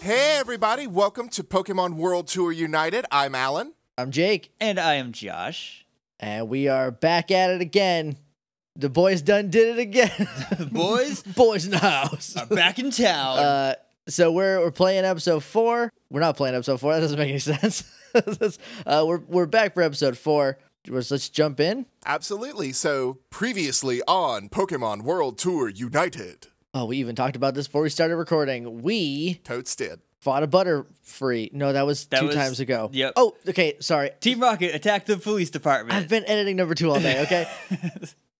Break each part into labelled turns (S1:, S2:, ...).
S1: Hey, everybody, welcome to Pokemon World Tour United. I'm Alan.
S2: I'm Jake,
S3: And I am Josh.
S2: and we are back at it again. The boys done did it again.
S3: The boys
S2: boys in the house.
S3: are back in town.
S2: Uh, so we're we're playing episode four. We're not playing episode four. That doesn't make any sense. uh, we're we're back for episode four. Let's let's jump in.
S1: Absolutely. So, previously on Pokemon World Tour United,
S2: Oh, we even talked about this before we started recording. We
S1: Toads did.
S2: fought a butterfree. No, that was
S3: That
S2: two
S3: was-
S2: times ago.
S3: yep.
S2: Oh, okay. Sorry.
S3: Team Rocket attacked the police
S2: I've
S3: department.
S2: been editing number two all day, okay?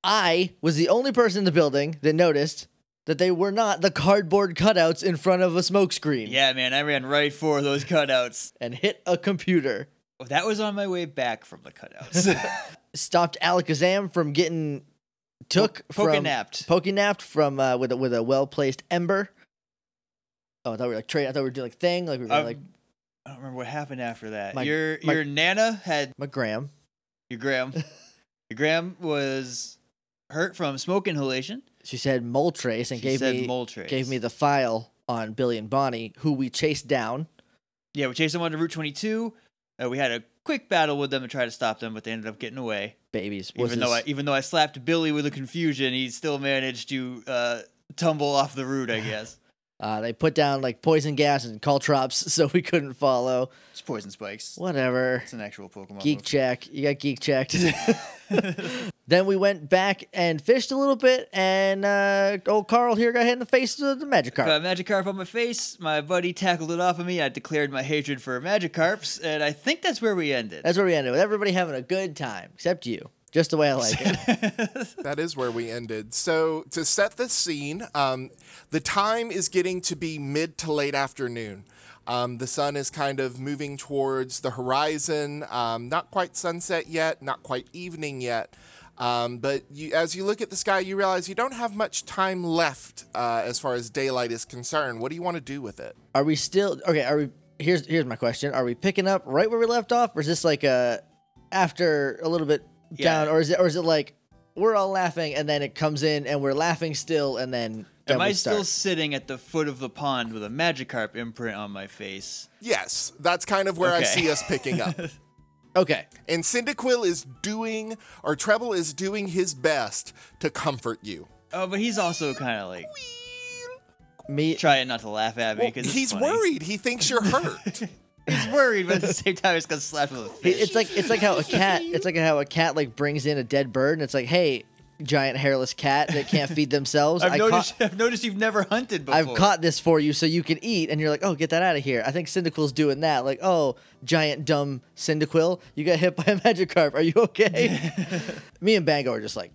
S2: I was the only person in the building that noticed that they were not the cardboard cutouts in front of a smokescreen
S3: yeah, man, I ran right for those cutouts.
S2: and hit a computer.
S3: Well, that was on my way back from the cutouts.
S2: Stopped Alakazam from getting took from
S3: Pokenapped.
S2: pokenapped from uh, with a, with a well placed ember. Oh, I thought we were like trade. I thought we were doing like thing. Like we were
S3: Um,
S2: like
S3: I don't remember what happened after that.
S2: My-
S3: your
S2: my-
S3: your Nana had
S2: McGram.
S3: your Graham. your Graham was hurt from smoke inhalation.
S2: She said Moltres and
S3: She
S2: gave
S3: said
S2: me
S3: Moltres.
S2: gave me the file on Billy and Bonnie, who we chased down.
S3: Yeah, we chased them onto Route 22. Uh, we had a quick battle with them to try to stop them, but they ended up getting away.
S2: Babies. was
S3: Even though I
S2: his-
S3: even though I slapped Billy with a confusion, he still managed to uh, tumble off the route. I guess
S2: Uh, they put down like poison gas and call traps, so we couldn't follow.
S3: it's poison spikes.
S2: Whatever.
S3: It's an actual Pokemon.
S2: Geek check. You got geek checked. then we went back and fished a little bit, and uh, old Carl here got hit in the face with the magic
S3: Got
S2: card.
S3: a Magikarp on my face. My buddy tackled it off of me. I declared my hatred for Magikarps, and I think that's where we ended.
S2: That's where we ended with everybody having a good time, except you. Just the way I like it.
S1: That is where we ended. So, to set the scene, um, the time is getting to be mid to late afternoon. Um, the sun is kind of moving towards the horizon. Um, not quite sunset yet, not quite evening yet. Um, but you, as you look at the sky, you realize you don't have much time left uh, as far as daylight is concerned. What do you want to do with it?
S2: Are we still okay? Are we? Here's here's my question. Are we picking up right where we left off, or is this like a after a little bit
S3: Yeah.
S2: down, or is it or is it like we're all laughing and then it comes in and we're laughing still, and then then
S3: Am I
S2: we
S3: still
S2: start?
S3: sitting at the foot of the pond with a Magikarp imprint on my face?
S1: Yes, that's kind of where I
S3: Okay.
S1: see us picking up.
S2: okay?
S1: and Cyndaquil is doing, or Treble is doing his best to comfort you.
S3: Oh, but he's also kind of like
S2: Me,
S3: trying not to laugh at me
S1: Well,
S3: because
S1: he's worried. He thinks you're hurt.
S3: He's worried, but at the same time, he's gonna slap him with a
S2: It-
S3: fish.
S2: it's like it's like how a cat it's like how a cat like brings in a dead bird and it's like hey giant hairless cat that can't feed themselves
S3: I've
S2: I caught-
S3: noticed. I've noticed you've never hunted before.
S2: I've caught this for you so you can eat and you're like oh get that out of here I think Cyndaquil's doing that like oh giant dumb Cyndaquil you got hit by a Magikarp are you okay me and Bango are just like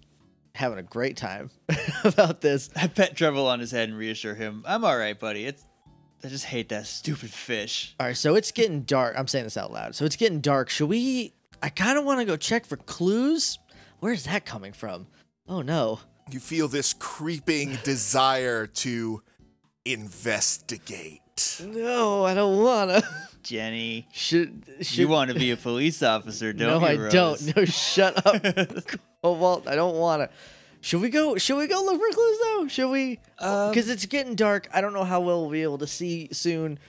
S2: having a great time about this
S3: I pet Treble on his head and reassure him, "I'm all right, buddy. It's I just hate that stupid fish."
S2: all right so it's getting dark I'm saying this out loud so it's getting dark should we I kind of want to go check for clues where's that coming from oh no
S1: you feel this creeping desire to investigate.
S2: No, I don't wanna.
S3: Jenny,
S2: Should should
S3: you want to be a police officer,
S2: No,
S3: don't
S2: I
S3: you? Rose?
S2: don't. No, shut up, Cobalt. I don't wanna. Should we go? Should we go look for clues though? Should we?
S3: Um,
S2: Because it's getting dark. I don't know how well we'll be able to see soon.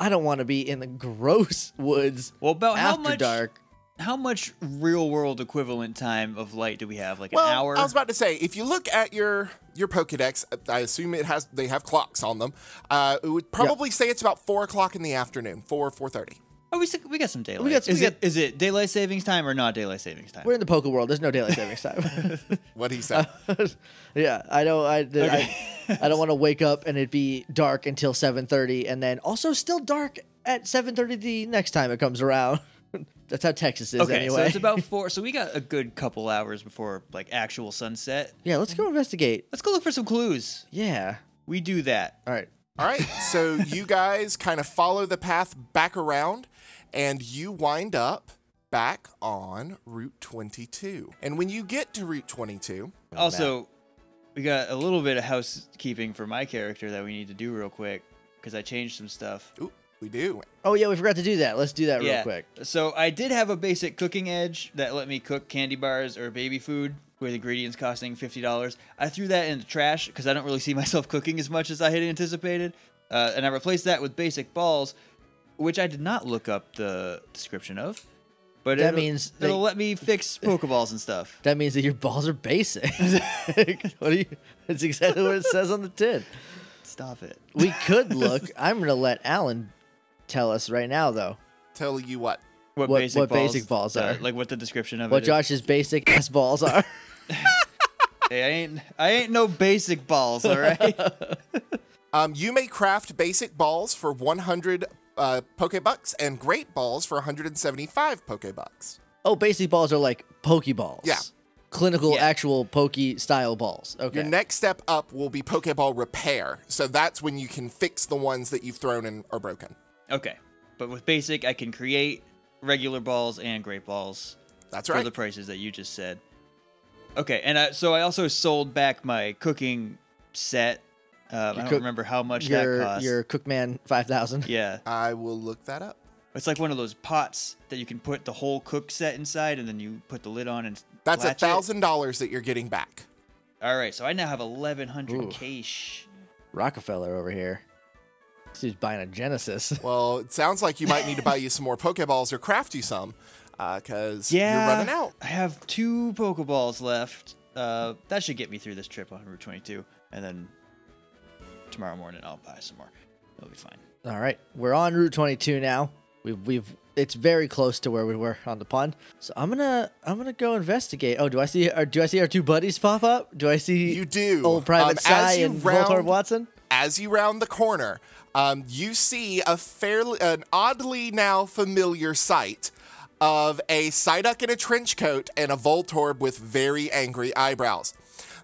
S2: I don't want to be in the gross woods
S3: Well, about how
S2: after
S3: much?
S2: dark.
S3: How much real world equivalent time of light do we have? Like
S1: Well,
S3: an hour?
S1: I was about to say, if you look at your your Pokedex, I assume it has they have clocks on them. Uh, it would probably say it's about four o'clock in the afternoon, four four thirty.
S3: oh, we still, we got some daylight.
S2: got some-
S3: is
S2: we
S3: it is it daylight savings time or not daylight savings time?
S2: We're in the poker world. There's no daylight savings time.
S1: What he said.
S2: yeah, I don't. I, I, I don't want to wake up and it'd be dark until seven thirty, and then also still dark at seven thirty the next time it comes around. That's how Texas is,
S3: okay,
S2: anyway.
S3: so it's about four. So we got a good couple hours before like actual sunset.
S2: yeah, let's go investigate.
S3: Let's go look for some clues.
S2: Yeah.
S3: We do that.
S2: All right.
S1: All right, so you guys kind of follow the path back around, and you wind up back on Route 22. And when you get to Route 22,
S3: Also, we got a little bit of housekeeping for my character that we need to do real quick because I changed some stuff.
S1: ooh, we do.
S2: Oh yeah, we forgot to do that. Let's do that
S3: yeah.
S2: real quick.
S3: So I did have a basic cooking edge that let me cook candy bars or baby food with ingredients costing fifty dollars. I threw that in the trash because I don't really see myself cooking as much as I had anticipated. uh, and I replaced that with basic balls, which I did not look up the description of. But
S2: That
S3: it'll-
S2: means
S3: it'll
S2: they-
S3: let me fix Pokeballs and stuff.
S2: That means that your balls are basic. what are you? That's exactly what it says on the tin.
S3: Stop it.
S2: We could look. I'm gonna let Alan tell us right now, though.
S1: Tell you what.
S2: What- what basic balls
S3: uh,
S2: are.
S3: like what the description of
S2: What
S3: it is.
S2: Josh's basic ass balls are.
S3: Hey, I ain't I ain't no basic balls, all right?
S1: Um, you may craft basic balls for 100 uh, Pokebucks and great balls for 175 Pokebucks.
S2: Oh, basic balls are like pokeballs.
S1: Yeah.
S2: Clinical,
S3: Yeah.
S2: actual pokey style balls. Okay.
S1: Your next step up will be Pokeball repair. So that's when you can fix the ones that you've thrown and are broken.
S3: okay. But with basic, I can create regular balls and great balls
S1: That's
S3: for
S1: right.
S3: the prices that you just said. Okay, and I, so I also sold back my cooking set. Um, I don't
S2: cook-
S3: remember how much that
S2: your
S3: cost.
S2: your Cookman five thousand.
S3: Yeah,
S1: I will look that up.
S3: it's like one of those pots that you can put the whole cook set inside, and then you put the lid on and
S1: That's a
S3: latch it.
S1: thousand dollars that you're getting back.
S3: All right, so I now have eleven hundred cash.
S2: Rockefeller over here. This dude's buying a Genesis.
S1: Well, it sounds like you might need to buy you some more Pokeballs or craft you some, because
S3: Yeah,
S1: you're running out.
S3: I have two Pokeballs left. Uh, that should get me through this trip on Route 22, and then tomorrow morning I'll buy some more. It'll be fine.
S2: All right, we're on Route 22 now. We've we've it's very close to where we were on the pond. So I'm gonna I'm gonna go investigate. Oh, do I see our do I see our two buddies pop up? Do I see
S1: You do.
S2: old Private
S1: Um, as
S2: Sai
S1: you
S2: and
S1: round-
S2: Voltorb Watson?
S1: As you round the corner, um, you see a fairly, an oddly now familiar sight of a Psyduck in a trench coat and a Voltorb with very angry eyebrows.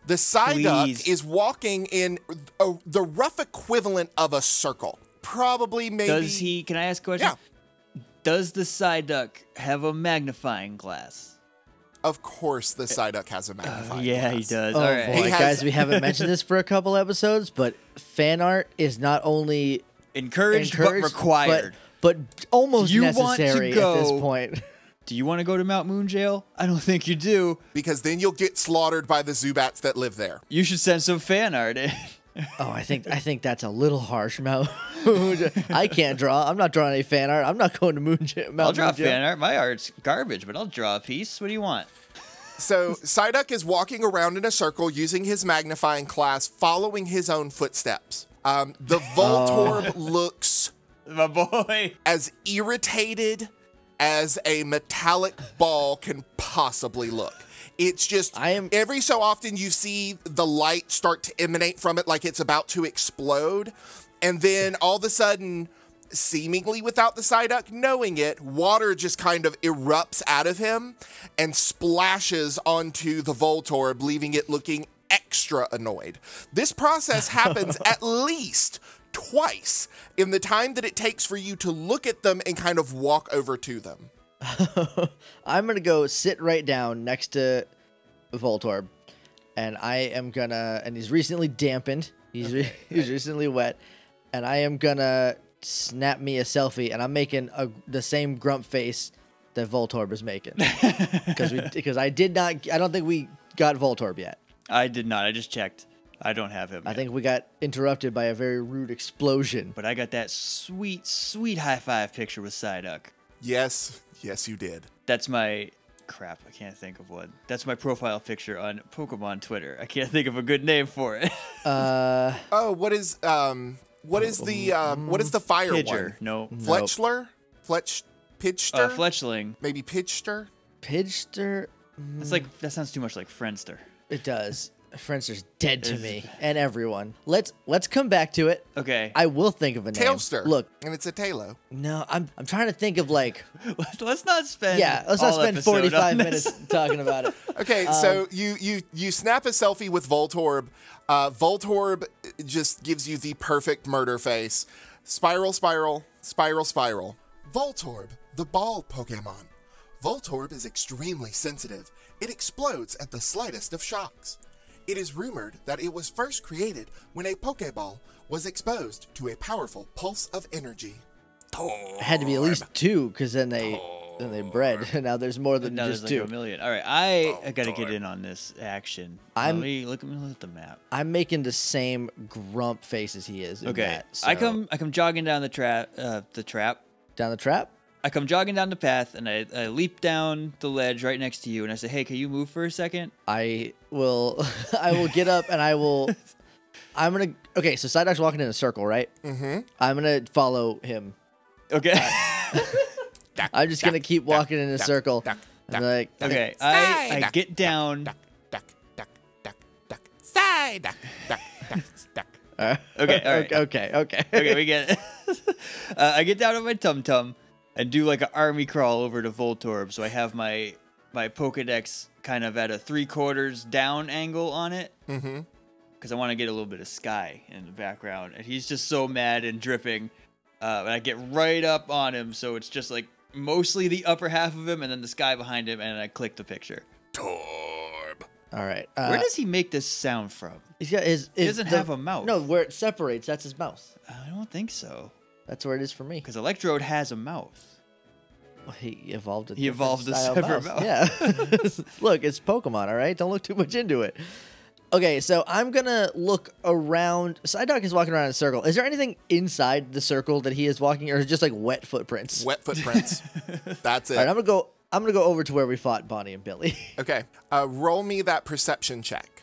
S1: The Psyduck
S3: Please.
S1: is walking in a, the rough equivalent of a circle. Probably, maybe.
S3: Does he? Can I ask a question?
S1: Yeah,
S3: Does the Psyduck have a magnifying glass?
S1: of course, the Psyduck has a magnifying
S3: Uh, yeah, he
S1: glass.
S3: does.
S2: Oh
S3: All right.
S2: boy,
S1: He has-
S2: guys, we haven't mentioned this for a couple episodes, but fan art is not only
S3: Encouraged,
S2: encouraged
S3: but required.
S2: but, but almost
S3: You want to
S2: necessary at this
S3: go-
S2: point.
S3: do you want to go to Mount Moon Jail? I don't think you do.
S1: Because then you'll get slaughtered by the Zubats that live there.
S3: You should send some fan art in.
S2: Oh, I think I think that's a little harsh, Mount. I can't draw. I'm not drawing any fan art. I'm not going to Moon Ja- Mount
S3: I'll draw
S2: Moon Jail.
S3: fan art. My art's garbage, but I'll draw a piece. What do you want?
S1: So Psyduck is walking around in a circle using his magnifying glass, following his own footsteps. Um, the
S2: Oh.
S1: Voltorb looks
S3: My boy.
S1: as irritated as a metallic ball can possibly look. It's just
S2: I am-
S1: every so often you see the light start to emanate from it like it's about to explode, and then all of a sudden, seemingly without the Psyduck knowing it, water just kind of erupts out of him and splashes onto the Voltorb, leaving it looking extra annoyed. This process happens at least twice in the time that it takes for you to look at them and kind of walk over to them.
S2: I'm gonna go sit right down next to Voltorb, and I am gonna. And he's recently dampened. He's re- he's recently wet, and I am gonna snap me a selfie. And I'm making a, the same grump face that Voltorb is making because we because I did not. I don't think we got Voltorb yet.
S3: I did not. I just checked. I don't have him.
S2: I
S3: yet.
S2: think we got interrupted by a very rude explosion.
S3: But I got that sweet, sweet high five picture with Psyduck.
S1: Yes, yes, you did.
S3: That's my crap. I can't think of one. That's my profile picture on Pokemon Twitter. I can't think of a good name for it.
S2: Uh,
S1: Oh, what is um, what is the um, what is the fire
S3: Pidger.
S1: one?
S3: No.
S2: Mm.
S1: Fletchler, Fletch, Pidster,
S3: Uh, Fletchling.
S1: maybe Pidster.
S2: Pidster.
S3: It's like that sounds too much like Friendster.
S2: It does. Friendster's dead to me and everyone. Let's let's come back to it.
S3: Okay.
S2: I will think of a name.
S1: Tailster.
S2: Look,
S1: and it's a Talo.
S2: no, I'm I'm trying to think of like
S3: let's, let's not spend.
S2: yeah. Let's not
S3: all
S2: spend
S3: episode on
S2: 45
S3: this.
S2: minutes talking about it.
S1: Okay, so you you you snap a selfie with Voltorb. Uh, Voltorb just gives you the perfect murder face. Spiral, spiral, spiral, spiral. Voltorb, the ball Pokemon. Voltorb is extremely sensitive. It explodes at the slightest of shocks. It is rumored that it was first created when a Pokeball was exposed to a powerful pulse of energy.
S2: It had to be at least two because then they and they bred. And now there's more than
S3: No, there's
S2: just
S3: like
S2: two.
S3: a million. All right, I, I gotta
S1: darn.
S3: get in on this action.
S2: I'm-
S3: let me look, let me look at the map.
S2: I'm making the same grump face as he is. in
S3: Okay,
S2: that,
S3: I
S2: so-
S3: come I come jogging down the trap uh, the trap.
S2: down the trap.
S3: I come jogging down the path and I, I leap down the ledge right next to you and I say, "Hey, can you move for a second?
S2: I will I will get up and I will I'm gonna okay, so Psyduck's walking in a circle, right?
S1: Mm-hmm.
S2: I'm gonna follow him.
S3: Okay.
S2: I'm just gonna keep walking in a circle.
S1: duck,
S2: I'm like
S3: okay. I, I
S1: Side.
S3: get down.
S1: duck, duck, duck, duck, duck, side, duck, duck, duck, duck.
S3: Okay. All right.
S2: okay, okay.
S3: okay, we get it. uh, I get down on my tum tum and do like an army crawl over to Voltorb. So I have my my Pokedex kind of at a three quarters down angle on it
S1: Mm-hmm.
S3: because I want to get a little bit of sky in the background. And he's just so mad and dripping. Uh, and I get right up on him, so it's just like mostly the upper half of him and then the sky behind him. And I click the picture.
S1: Torb.
S2: All right. Uh,
S3: Where does he make this sound from?
S2: he's got his,
S3: He
S2: his-
S3: doesn't
S2: the-
S3: have a mouth.
S2: No, where it separates, that's his mouth.
S3: I don't think so.
S2: That's where it is for me.
S3: Because Electrode has a mouth.
S2: Well, He evolved a
S3: He
S2: different
S3: evolved a
S2: style of
S3: separate
S2: mouse. Yeah. look, it's Pokemon, all right? Don't look too much into it. Okay, so I'm going to look around. Psyduck is walking around in a circle. Is there anything inside the circle that he is walking or is it just like wet footprints?
S1: Wet footprints. That's it.
S2: All right, I'm going to go I'm going to go over to where we fought Bonnie and Billy.
S1: Okay. Uh, roll me that perception check.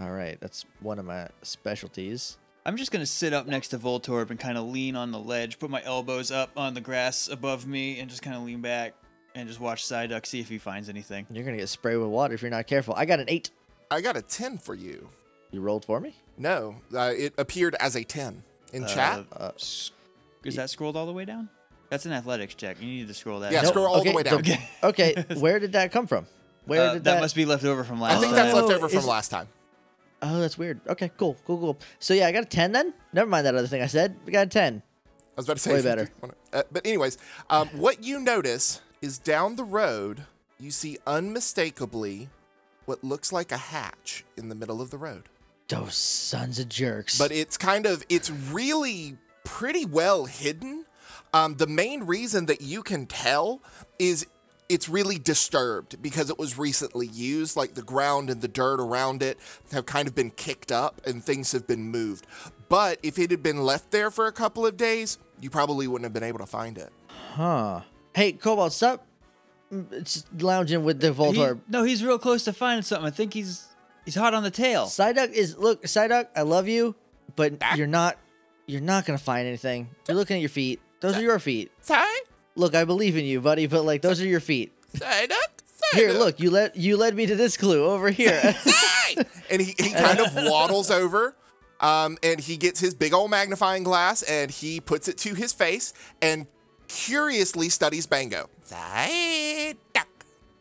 S2: all right, that's one of my specialties.
S3: I'm just gonna sit up next to Voltorb and kind of lean on the ledge, put my elbows up on the grass above me, and just kind of lean back and just watch Psyduck see if he finds anything.
S2: You're going to get sprayed with water if you're not careful. I got an 8.
S1: I got a 10 for you.
S2: You rolled for me?
S1: No, uh, it appeared as a 10 in chat.
S2: Uh,
S3: Is that scrolled all the way down? That's an athletics check. You need to scroll that.
S1: Yeah,
S3: down.
S1: scroll all the
S2: okay,
S1: way down.
S2: the- Okay, where did that come from? Where
S3: Uh,
S2: did
S3: that must be left over from last
S1: I think
S3: time.
S1: that's
S2: Oh,
S1: left over from
S2: is-
S1: last time.
S2: Oh, that's weird. Okay, cool, cool, cool. So yeah, I got a ten then. Never mind that other thing I said. We got a ten.
S1: I was about to say.
S2: Way
S1: if you
S2: better.
S1: wanna- Uh, but anyways, um, what you notice is down the road, you see unmistakably what looks like a hatch in the middle of the road.
S2: Those sons of jerks.
S1: But it's kind of it's really pretty well hidden. Um, the main reason that you can tell is it's really disturbed because it was recently used. Like the ground and the dirt around it have kind of been kicked up and things have been moved. But if it had been left there for a couple of days, you probably wouldn't have been able to find it.
S2: huh? Hey, Cobalt, stop mm, it's lounging with the
S3: He-
S2: Voltorb.
S3: no, he's real close to finding something. I think he's he's hot on the tail.
S2: Psyduck is look, Psyduck. I love you, but
S3: Ah.
S2: you're not. You're not gonna find anything. You're looking at your feet. Those are your feet.
S1: Sorry,
S2: Look, I believe in you, buddy. But like, those are your feet.
S1: sorry,
S2: Here, look. You led you led me to this clue over here.
S1: and he, he kind of waddles over um, and he gets his big old magnifying glass and he puts it to his face and curiously studies Bango. Psyduck.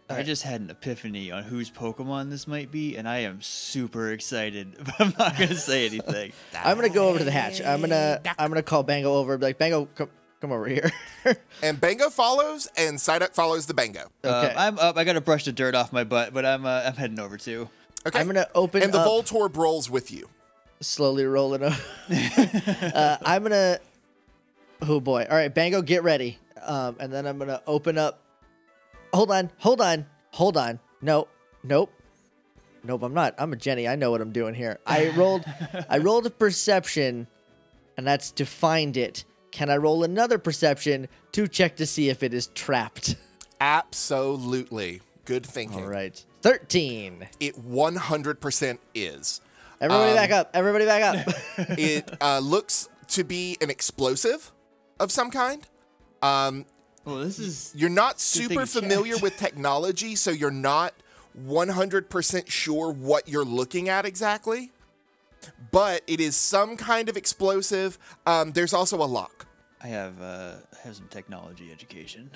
S3: I just had an epiphany on whose Pokemon this might be, and I am super excited. But I'm not gonna say anything.
S2: I'm gonna go over to the hatch. I'm gonna I'm gonna call Bango over. and be Like, Bango, come come over here.
S1: And Bango follows and Psyduck follows the Bango.
S2: Okay.
S3: Um, I'm up. I gotta brush the dirt off my butt, but I'm uh, I'm heading over too.
S1: Okay.
S2: I'm gonna open
S1: and the
S2: up-
S1: Voltorb rolls with you.
S2: slowly rolling up. uh, I'm gonna. Oh boy! All right, Bango, get ready. Um, and then I'm gonna open up. Hold on! Hold on! Hold on! No! Nope! Nope! I'm not. I'm a Jenny. I know what I'm doing here. I rolled. I rolled a perception, and that's to find it. Can I roll another perception to check to see if it is trapped?
S1: Absolutely. Good thinking.
S2: All right, thirteen.
S1: It 100% is.
S2: Everybody
S1: Um,
S2: back up! Everybody back up!
S1: It uh, looks to be an explosive of some kind. Um,
S3: Well, this is
S1: you're not
S3: thing
S1: super
S3: you checked.
S1: familiar with technology, so you're not 100% sure what you're looking at exactly. But it is some kind of explosive. Um, there's also a lock.
S3: I have uh, I have some technology education.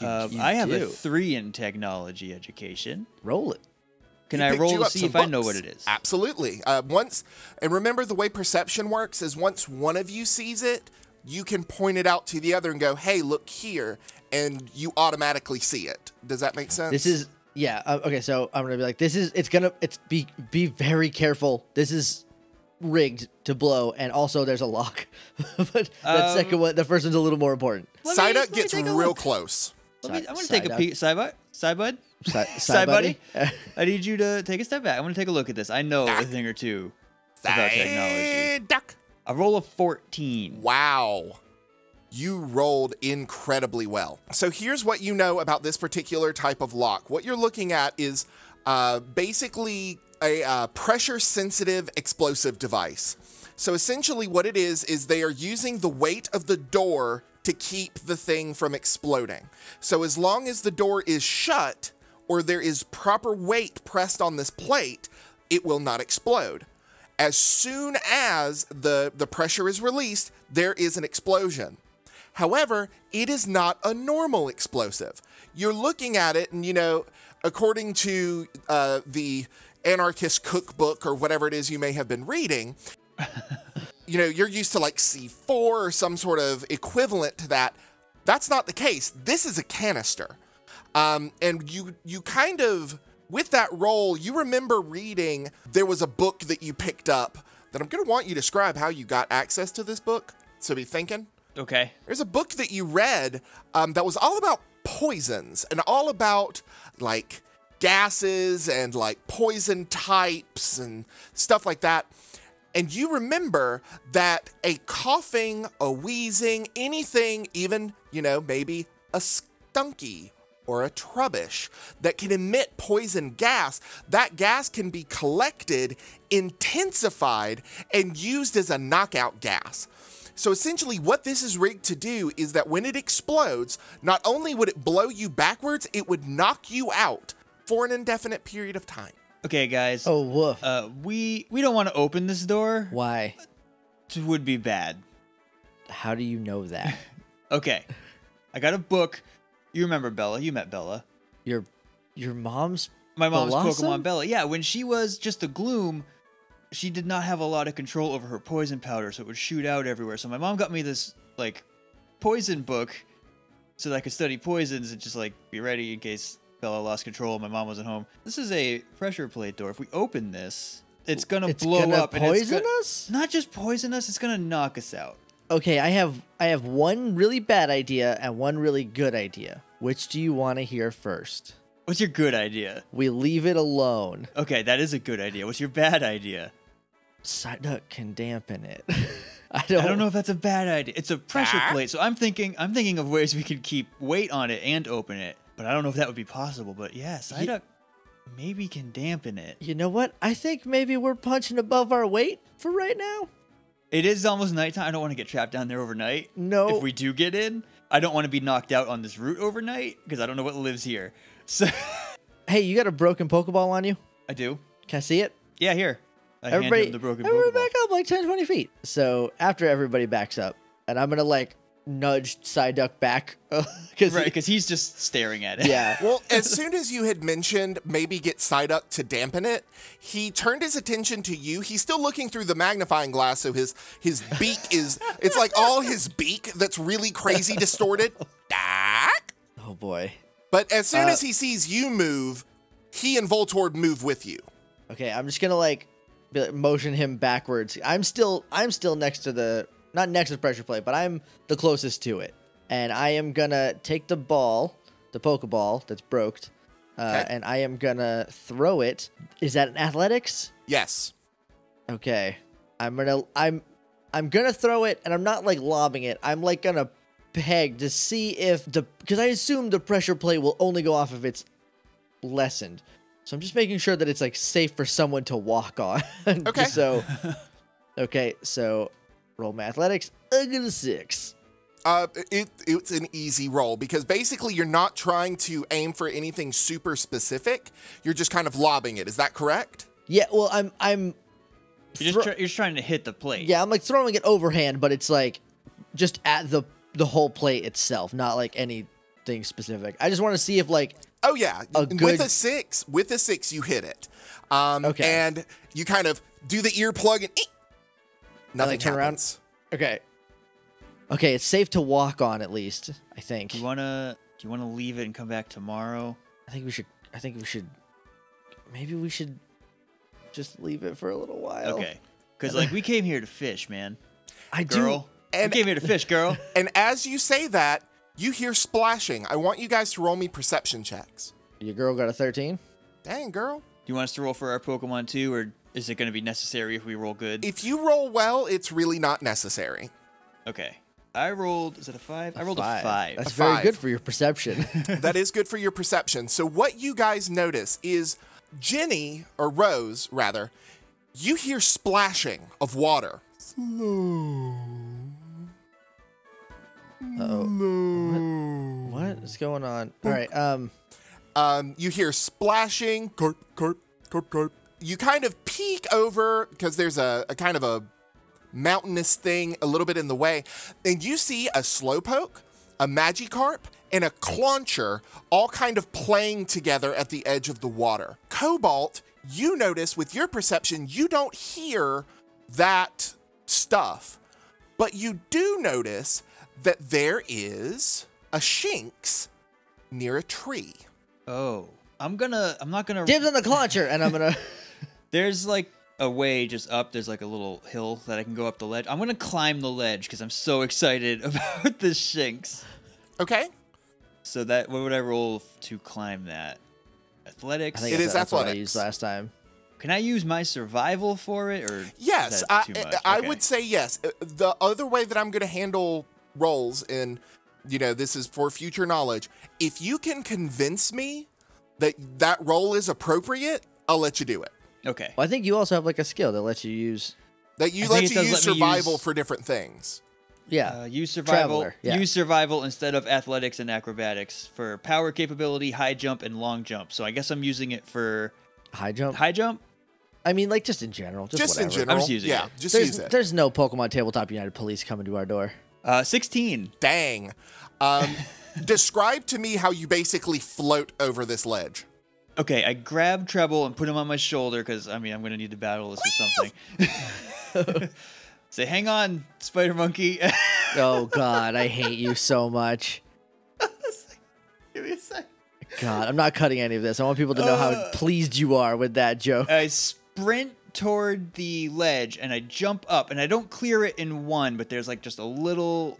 S2: You-
S3: um,
S2: you
S3: I have a
S2: do.
S3: three in technology education.
S2: Roll it.
S3: Can
S1: He
S3: I
S1: picked
S3: roll
S1: you
S3: to
S1: up
S3: see
S1: some
S3: if I know
S1: books.
S3: what it is?
S1: Absolutely. Uh, once, and remember the way perception works is once one of you sees it, you can point it out to the other and go, "Hey, look here," and you automatically see it. Does that make sense?
S2: This is yeah. Uh, okay, so I'm gonna be like, this is it's gonna it's be be very careful. This is rigged to blow, and also there's a lock. but that
S3: Um,
S2: second one, the first one's a little more important.
S3: Let me-
S1: Psyduck
S3: let me
S1: gets
S3: take a
S1: real
S3: look.
S1: close.
S3: Let me,
S2: Side-
S3: I'm gonna
S2: side
S3: take a
S2: up.
S3: peek. Side bud, side bud,
S2: Side,
S3: side buddy.
S2: buddy?
S3: I need you to take a step back. I'm gonna take a look at this. I know a thing or two about technology.
S1: Duck.
S3: I roll a 14.
S1: Wow. You rolled incredibly well. So here's what you know about this particular type of lock. What you're looking at is uh, basically a uh, pressure sensitive explosive device. So essentially, what it is, is they are using the weight of the door to keep the thing from exploding. So as long as the door is shut or there is proper weight pressed on this plate, it will not explode as soon as the, the pressure is released, there is an explosion. However, it is not a normal explosive. You're looking at it, and you know, according to uh, the anarchist cookbook or whatever it is you may have been reading, you know, you're used to like C4 or some sort of equivalent to that. That's not the case. This is a canister. Um, and you you kind of with that role, you remember reading there was a book that you picked up that I'm gonna want you to describe how you got access to this book. So be thinking.
S3: Okay.
S1: There's a book that you read um, that was all about poisons and all about like gases and like poison types and stuff like that. And you remember that a coughing, a wheezing, anything, even, you know, maybe a skunky or a trubbish that can emit poison gas, that gas can be collected, intensified, and used as a knockout gas. So essentially, what this is rigged to do is that when it explodes, not only would it blow you backwards, it would knock you out for an indefinite period of time.
S3: Okay, guys.
S2: Oh, woof.
S3: Uh, we we don't want to open this door.
S2: Why?
S3: It would be bad.
S2: How do you know that?
S3: Okay. I got a book. You remember Bella? You met Bella.
S2: Your your mom's
S3: My mom's
S2: Blossom?
S3: Pokemon Bella. Yeah, when she was just a gloom, she did not have a lot of control over her poison powder, so it would shoot out everywhere. So my mom got me this like poison book so that I could study poisons and just like be ready in case Bella lost control and my mom wasn't home. This is a pressure plate door. If we open this, it's gonna
S2: it's
S3: blow
S2: gonna
S3: up and it's
S2: poison
S3: gonna-
S2: us?
S3: Not just poison us, it's gonna knock us out.
S2: Okay, I have I have one really bad idea and one really good idea. Which do you want to hear first?
S3: What's your good idea?
S2: We leave it alone.
S3: Okay, that is a good idea. What's your bad idea?
S2: Psyduck can dampen it. I don't,
S3: I don't know if that's a bad idea. It's a pressure plate, so I'm thinking I'm thinking of ways we could keep weight on it and open it. But I don't know if that would be possible. But yeah, Psyduck maybe can dampen it.
S2: You know what? I think maybe we're punching above our weight for right now.
S3: It is almost nighttime. I don't want to get trapped down there overnight.
S2: No.
S3: If we do get in, I don't want to be knocked out on this route overnight because I don't know what lives here. So
S2: Hey, you got a broken Pokeball on you?
S3: I do.
S2: Can I see it?
S3: Yeah, here. I hand
S2: everybody,
S3: him the broken
S2: everybody
S3: Pokeball.
S2: back up like 10, 20 feet. So after everybody backs up, and I'm gonna like nudge Psyduck back because
S3: Right, because he's just staring at it.
S2: yeah,
S1: Well, as soon as you had mentioned maybe get Psyduck to dampen it, he turned his attention to you. He's still looking through the magnifying glass, so his his beak is it's like all his beak that's really crazy distorted. Dak.
S2: oh boy.
S1: But as soon as he sees you move, he and Voltorb move with you.
S2: Okay, I'm just gonna like, be, like, motion him backwards. I'm still I'm still next to the not next to the pressure plate, but I'm the closest to it. And I am gonna take the ball, the pokeball that's broked, uh,
S1: Okay.
S2: and I am gonna throw it. Is that an athletics?
S1: Yes.
S2: Okay, I'm gonna I'm I'm gonna throw it, and I'm not like lobbing it. I'm like gonna peg to see if the because I assume the pressure plate will only go off if it's lessened. So I'm just making sure that it's like safe for someone to walk on. Just
S1: Okay.
S2: So okay, so roll my athletics. I got a six.
S1: Uh, it it's an easy roll because basically you're not trying to aim for anything super specific. You're just kind of lobbing it. Is that correct?
S2: Yeah, well I'm I'm
S3: You're
S2: thro-
S3: just, try- you're just trying to hit the plate.
S2: yeah I'm like throwing it overhand, but it's like just at the the whole plate itself, not like anything specific. I just want to see if like
S1: Oh yeah,
S2: A
S1: with
S2: good-
S1: a six, with a six, you hit it. Um,
S2: Okay.
S1: and you kind of do the earplug and eek. nothing
S2: turn around?
S1: happens.
S2: Okay. Okay, it's safe to walk on at least. I think.
S3: Do you wanna do you wanna leave it and come back tomorrow?
S2: I think we should. I think we should. Maybe we should just leave it for a little while.
S3: Okay. Because like we came here to fish, man.
S2: I do.
S3: Girl.
S1: And-
S3: we came here to fish, girl.
S1: And as you say that, You hear splashing. I want you guys to roll me perception checks.
S2: Your girl got a 13.
S1: Dang, girl.
S3: Do you want us to roll for our Pokemon too, or is it going to be necessary if we roll good?
S1: If you roll well, it's really not necessary.
S3: okay. I rolled. Is it a five? I rolled a five.
S2: That's
S1: A
S2: very
S1: five.
S2: good for your perception.
S1: that is good for your perception. So what you guys notice is Jenny or Rose rather, you hear splashing of water.
S2: what is going on? All right. Um.
S1: Um, you hear splashing. Carp, carp, carp, carp. You kind of peek over because there's a, a kind of a mountainous thing a little bit in the way, and you see a slowpoke, a magikarp, and a clauncher all kind of playing together at the edge of the water. Cobalt, you notice with your perception, you don't hear that stuff, but you do notice that there is a shinx near a tree.
S3: Oh, I'm gonna. I'm not gonna.
S2: Dibs on the clauncher, and I'm gonna.
S3: There's like a way just up. There's like a little hill that I can go up the ledge. I'm gonna climb the ledge because I'm so excited about the Shinx.
S1: Okay.
S3: So that what would I roll f- to climb that? Athletics.
S1: It
S2: that's-
S1: is
S2: that's what I
S1: athletics.
S2: used last time.
S3: Can I use my survival for it, or is
S1: Yes,
S3: that
S1: I, eh,
S3: too much?
S1: I
S3: Okay.
S1: would say yes. Uh, The other way that I'm going to handle roles, and you know, this is for future knowledge. If you can convince me that that role is appropriate, I'll let you do it.
S3: Okay.
S2: Well, I think you also have like a skill that lets you use.
S1: That you
S3: I
S1: let
S3: think it
S1: you
S3: does
S1: use
S3: let me
S1: survival
S3: use-
S1: for different things.
S2: Yeah.
S3: Uh, use survival.
S2: Traveler, yeah.
S3: Use survival instead of athletics and acrobatics for power capability, high jump, and long jump. So I guess I'm using it for
S2: high jump.
S3: high jump.
S2: I mean, like just in general. Just,
S1: Just in
S2: whatever.
S1: general,
S3: I'm just using
S1: yeah,
S3: it.
S1: just
S2: There's,
S1: use it.
S2: there's no Pokemon Tabletop United police coming to our door.
S3: Uh, 16.
S1: Dang. Um, describe to me how you basically float over this ledge.
S3: Okay, I grab Treble and put him on my shoulder because I mean I'm gonna need to battle this or something. Say, hang on, Spider Monkey.
S2: Oh God, I hate you so much.
S3: Give me a sec.
S2: God, I'm not cutting any of this. I want people to know how pleased you are with that joke.
S3: I sprint toward the ledge and I jump up and I don't clear it in one, but there's like just a little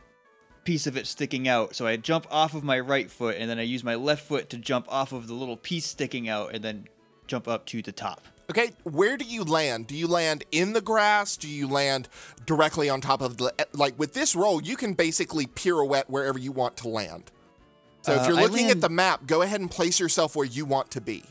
S3: piece of it sticking out. So I jump off of my right foot and then I use my left foot to jump off of the little piece sticking out and then jump up to the top.
S1: Okay, where do you land? Do you land in the grass? Do you land directly on top of the like with this roll, you can basically pirouette wherever you want to land. So
S3: Uh,
S1: if you're
S3: I
S1: looking at
S3: land-
S1: the map, go ahead and place yourself where you want to be.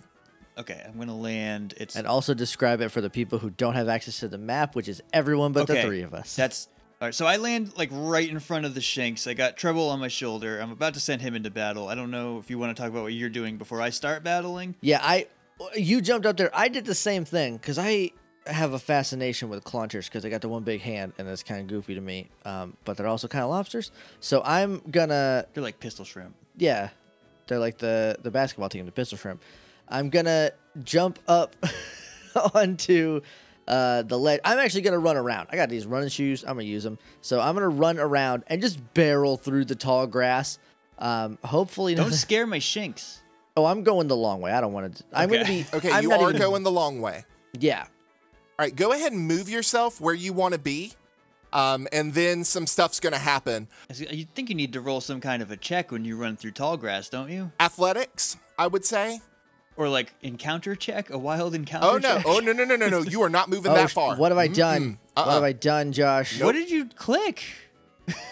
S3: Okay, I'm gonna land. It's
S2: And also describe it for the people who don't have access to the map, which is everyone but the
S3: Okay,
S2: three of us.
S3: That's all right. So I land like right in front of the Shanks. I got Treble on my shoulder. I'm about to send him into battle. I don't know if you want to talk about what you're doing before I start battling.
S2: yeah. I you jumped up there. I did the same thing because I have a fascination with claunchers because they got the one big hand and it's kind of goofy to me. Um, but they're also kind of lobsters. So I'm gonna
S3: They're like pistol shrimp.
S2: Yeah, they're like the the basketball team, the Pistol Shrimp. I'm gonna jump up onto uh, the ledge. I'm actually gonna run around. I got these running shoes. I'm gonna use them. So I'm gonna run around and just barrel through the tall grass. Um, hopefully,
S3: Don't scare my Shanks.
S2: oh, I'm going the long way. I don't want to. I'm gonna
S3: Okay.
S2: be.
S1: Okay,
S2: I'm
S1: you
S2: not
S1: are
S2: even-
S1: going the long way.
S2: Yeah.
S1: All right, go ahead and move yourself where you want to be. Um, and then some stuff's going to happen.
S3: I see- You think you need to roll some kind of a check when you run through tall grass, don't you?
S1: Athletics, I would say.
S3: Or like encounter check, a wild encounter.
S1: Oh no.
S3: check?
S1: Oh no no no no no. You are not moving
S2: Oh,
S1: that
S2: sh-
S1: far.
S2: What have I done? What
S1: uh-uh.
S2: have I done, Josh?
S3: What did you click?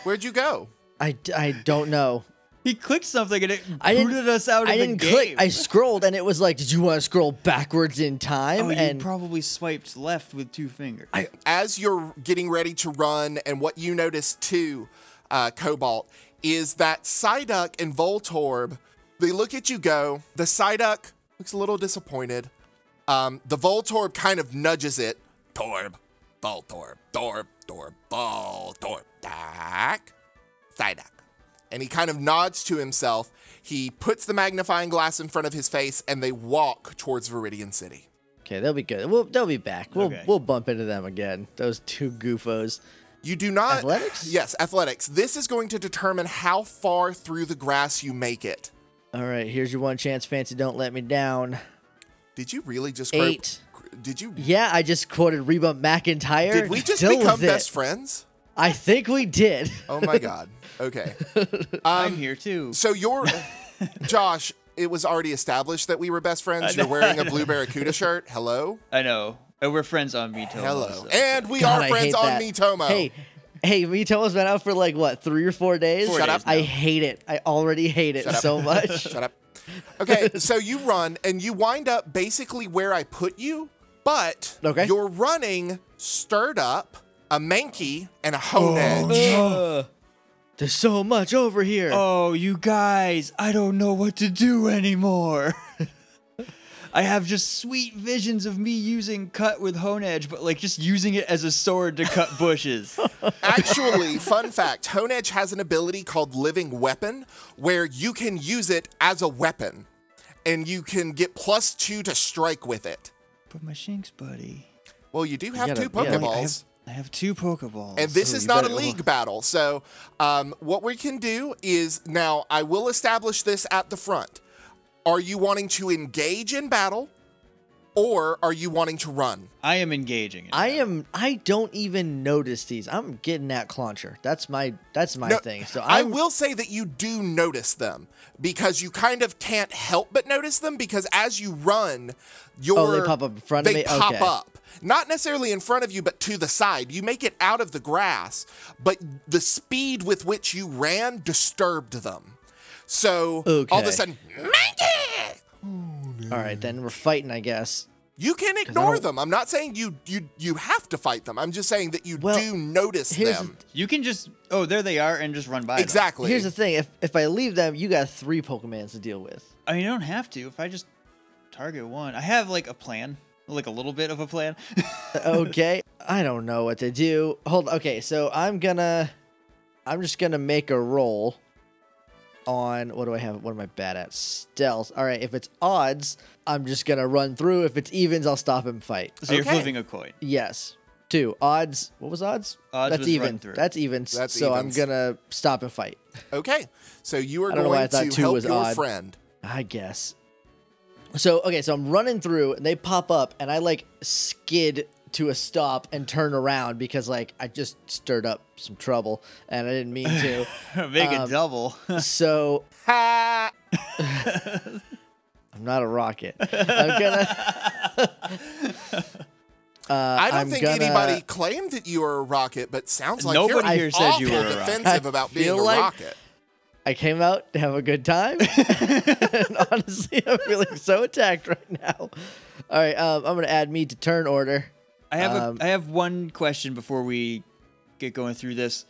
S1: Where'd you go?
S2: I, d- I don't know.
S3: He clicked something and it
S2: I didn't-
S3: booted us out of
S2: I
S3: the
S2: didn't
S3: game.
S2: click. I scrolled and it was like, did you want to scroll backwards in time?
S3: oh, you
S2: and
S3: probably swiped left with two fingers.
S1: as you're getting ready to run, and what you notice too, uh, Cobalt, is that Psyduck and Voltorb, they look at you go. The Psyduck looks a little disappointed. Um, the Voltorb kind of nudges it. Torb, Voltorb, Torb, Torb, Voltorb, Dak, Psyduck. And he kind of nods to himself. He puts the magnifying glass in front of his face, and they walk towards Viridian City.
S2: Okay, they'll be good. We'll they'll be back. We'll
S3: Okay.
S2: we'll bump into them again. Those two goofos.
S1: You do not.
S2: Athletics?
S1: Yes, athletics. This is going to determine how far through the grass you make it.
S2: All right, here's your one chance, Fancy. Don't let me down.
S1: Did you really just grope-
S2: Eight.
S1: gr- Did you?
S2: Yeah, I just quoted Reba McIntyre.
S1: Did we just
S2: Deal
S1: become
S2: with it.
S1: best friends?
S2: I think we did.
S1: Oh my god. Okay.
S3: I'm here too.
S1: So you're Josh, it was already established that we were best friends. You're wearing a blue barracuda shirt. Hello?
S3: I know. And we're friends on Mito.
S1: Hello. And we
S2: God,
S1: are
S2: I
S1: friends
S2: hate
S1: on
S2: that.
S1: Mitomo.
S2: Hey, hey, Mitomo's been out for like what three or four days.
S1: Four Shut days up.
S2: I hate it. I already hate it
S1: Shut up.
S2: so much.
S1: Shut up. Okay, so you run and you wind up basically where I put you, but
S2: Okay.
S1: you're running stirred up, a Mankey, and a
S2: Oh,
S1: Honedge.
S2: There's so much over here.
S3: oh, you guys, I don't know what to do anymore. I have just sweet visions of me using cut with hone edge, but like just using it as a sword to cut bushes.
S1: Actually, fun fact Honedge has an ability called Living Weapon where you can use it as a weapon and you can get plus two to strike with it.
S3: but my shinks, buddy.
S1: Well, you do have
S2: gotta-
S1: two
S2: yeah, like, I have-
S1: Pokeballs.
S3: I have two Pokeballs.
S1: And this
S3: so
S1: is
S3: you
S1: not a
S3: better-
S1: league battle. So, um, what we can do is now I will establish this at the front. Are you wanting to engage in battle or are you wanting to run?
S3: I am engaging. in
S2: I
S3: that.
S2: am. I don't even notice these. I'm getting that clauncher. That's my. That's my
S1: No,
S2: thing. So
S1: I
S2: I'm,
S1: will say that you do notice them because you kind of can't help but notice them because as you run, your
S2: Oh, pop up in front of
S1: they
S2: me?
S1: pop
S2: Okay.
S1: up. Not necessarily in front of you, but to the side. You make it out of the grass, but the speed with which you ran disturbed them. So all of a
S2: Okay.
S1: sudden, Mankey!
S2: All right, then we're fighting. I guess.
S1: You can ignore
S2: don't-
S1: them. I'm not saying you you you have to fight them. I'm just saying that you
S2: Well,
S1: do notice
S2: here's
S1: them.
S3: You can just oh, there they are, and just run by. them.
S1: Exactly.
S2: Here's the thing. If if I leave them, you got three Pokemons to deal with.
S3: I mean, I don't have to. If I just target one, I have like a plan, like a little bit of a plan.
S2: okay. I don't know what to do. Hold. Okay, so I'm gonna. I'm just gonna make a roll. On what do I have? What am I bad at? Stealth. All right. If it's odds, I'm just gonna run through. If it's evens, I'll stop and fight.
S3: so you're
S1: Okay.
S3: flipping a coin.
S2: Yes. Two odds. What was odds?
S3: Odds
S2: That's
S3: was
S2: even.
S3: run through.
S2: That's evens.
S1: That's
S2: so
S1: evens.
S2: I'm gonna stop and fight.
S1: Okay. So you are
S2: I don't know why I
S1: going
S2: thought
S1: to
S2: two
S1: help
S2: was
S1: your
S2: odd.
S1: friend.
S2: I guess. So okay, so I'm running through and they pop up and I like skid to a stop and turn around because like I just stirred up some trouble and I didn't mean to.
S3: Make
S1: Um,
S3: it double.
S2: so
S1: Ha!
S2: I'm not a rocket. I'm gonna
S1: I don't
S2: Uh, I'm
S1: think
S2: gonna-
S1: anybody claimed that you were a rocket, but sounds like
S3: Nobody
S1: you're
S3: here said you
S1: awful
S3: were a rocket.
S1: defensive about being a
S2: feel like-
S1: rocket.
S2: I came out to have a good time. and honestly, I'm feeling so attacked right now. All right, um, I'm gonna add me to turn order.
S3: I have
S2: Um,
S3: a, I have one question before we get going through this.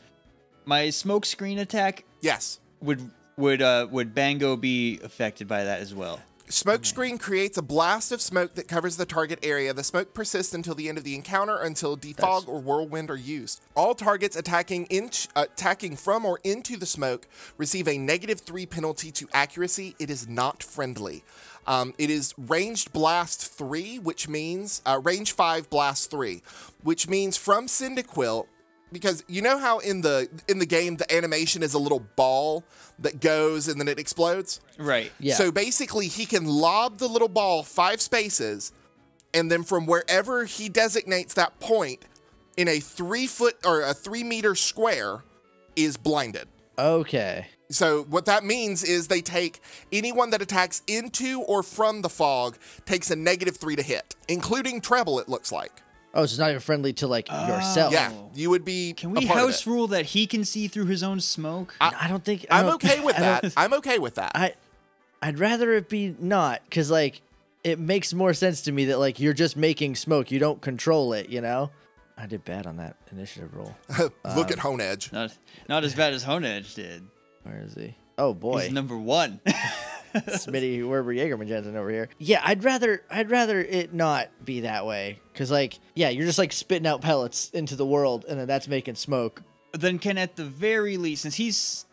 S3: My smoke screen attack
S1: Yes.
S3: would would uh would Bango be affected by that as well?
S1: Smoke screen creates a blast of smoke that covers the target area. The smoke persists until the end of the encounter until defog or whirlwind are used. All targets attacking in, attacking from or into the smoke receive a negative three penalty to accuracy. It is not friendly. Um, it is ranged blast three, which means uh, range five blast three, which means from Cyndaquil because you know how in the in the game the animation is a little ball that goes and then it explodes.
S3: Right.
S2: Yeah.
S1: So basically, he can lob the little ball five spaces, and then from wherever he designates that point in a three foot or a three meter square is blinded.
S2: Okay.
S1: So what that means is they take anyone that attacks into or from the fog takes a negative three to hit, including treble. It looks like.
S2: Oh, so it's not even friendly to like yourself.
S1: Yeah, you would be.
S3: Oh. Can
S1: a
S3: we
S1: part of
S3: house
S1: it.
S3: rule that he can see through his own smoke?
S2: I don't think I
S1: I'm
S2: don't-
S1: okay with
S2: I don't-
S1: that. I'm okay with that.
S2: I I'd rather it be not cuz like it makes more sense to me that like you're just making smoke, you don't control it, you know? I did bad on that initiative roll.
S1: Look at Hone Edge.
S3: not not as bad as Hone Edge did.
S2: Where is he? Oh boy.
S3: He's number one.
S2: Smitty Werber Jaegerman Jensen over here. Yeah, I'd rather I'd rather it not be that way cuz like yeah, you're just like spitting out pellets into the world and then that's making smoke.
S3: then can at the very least since he's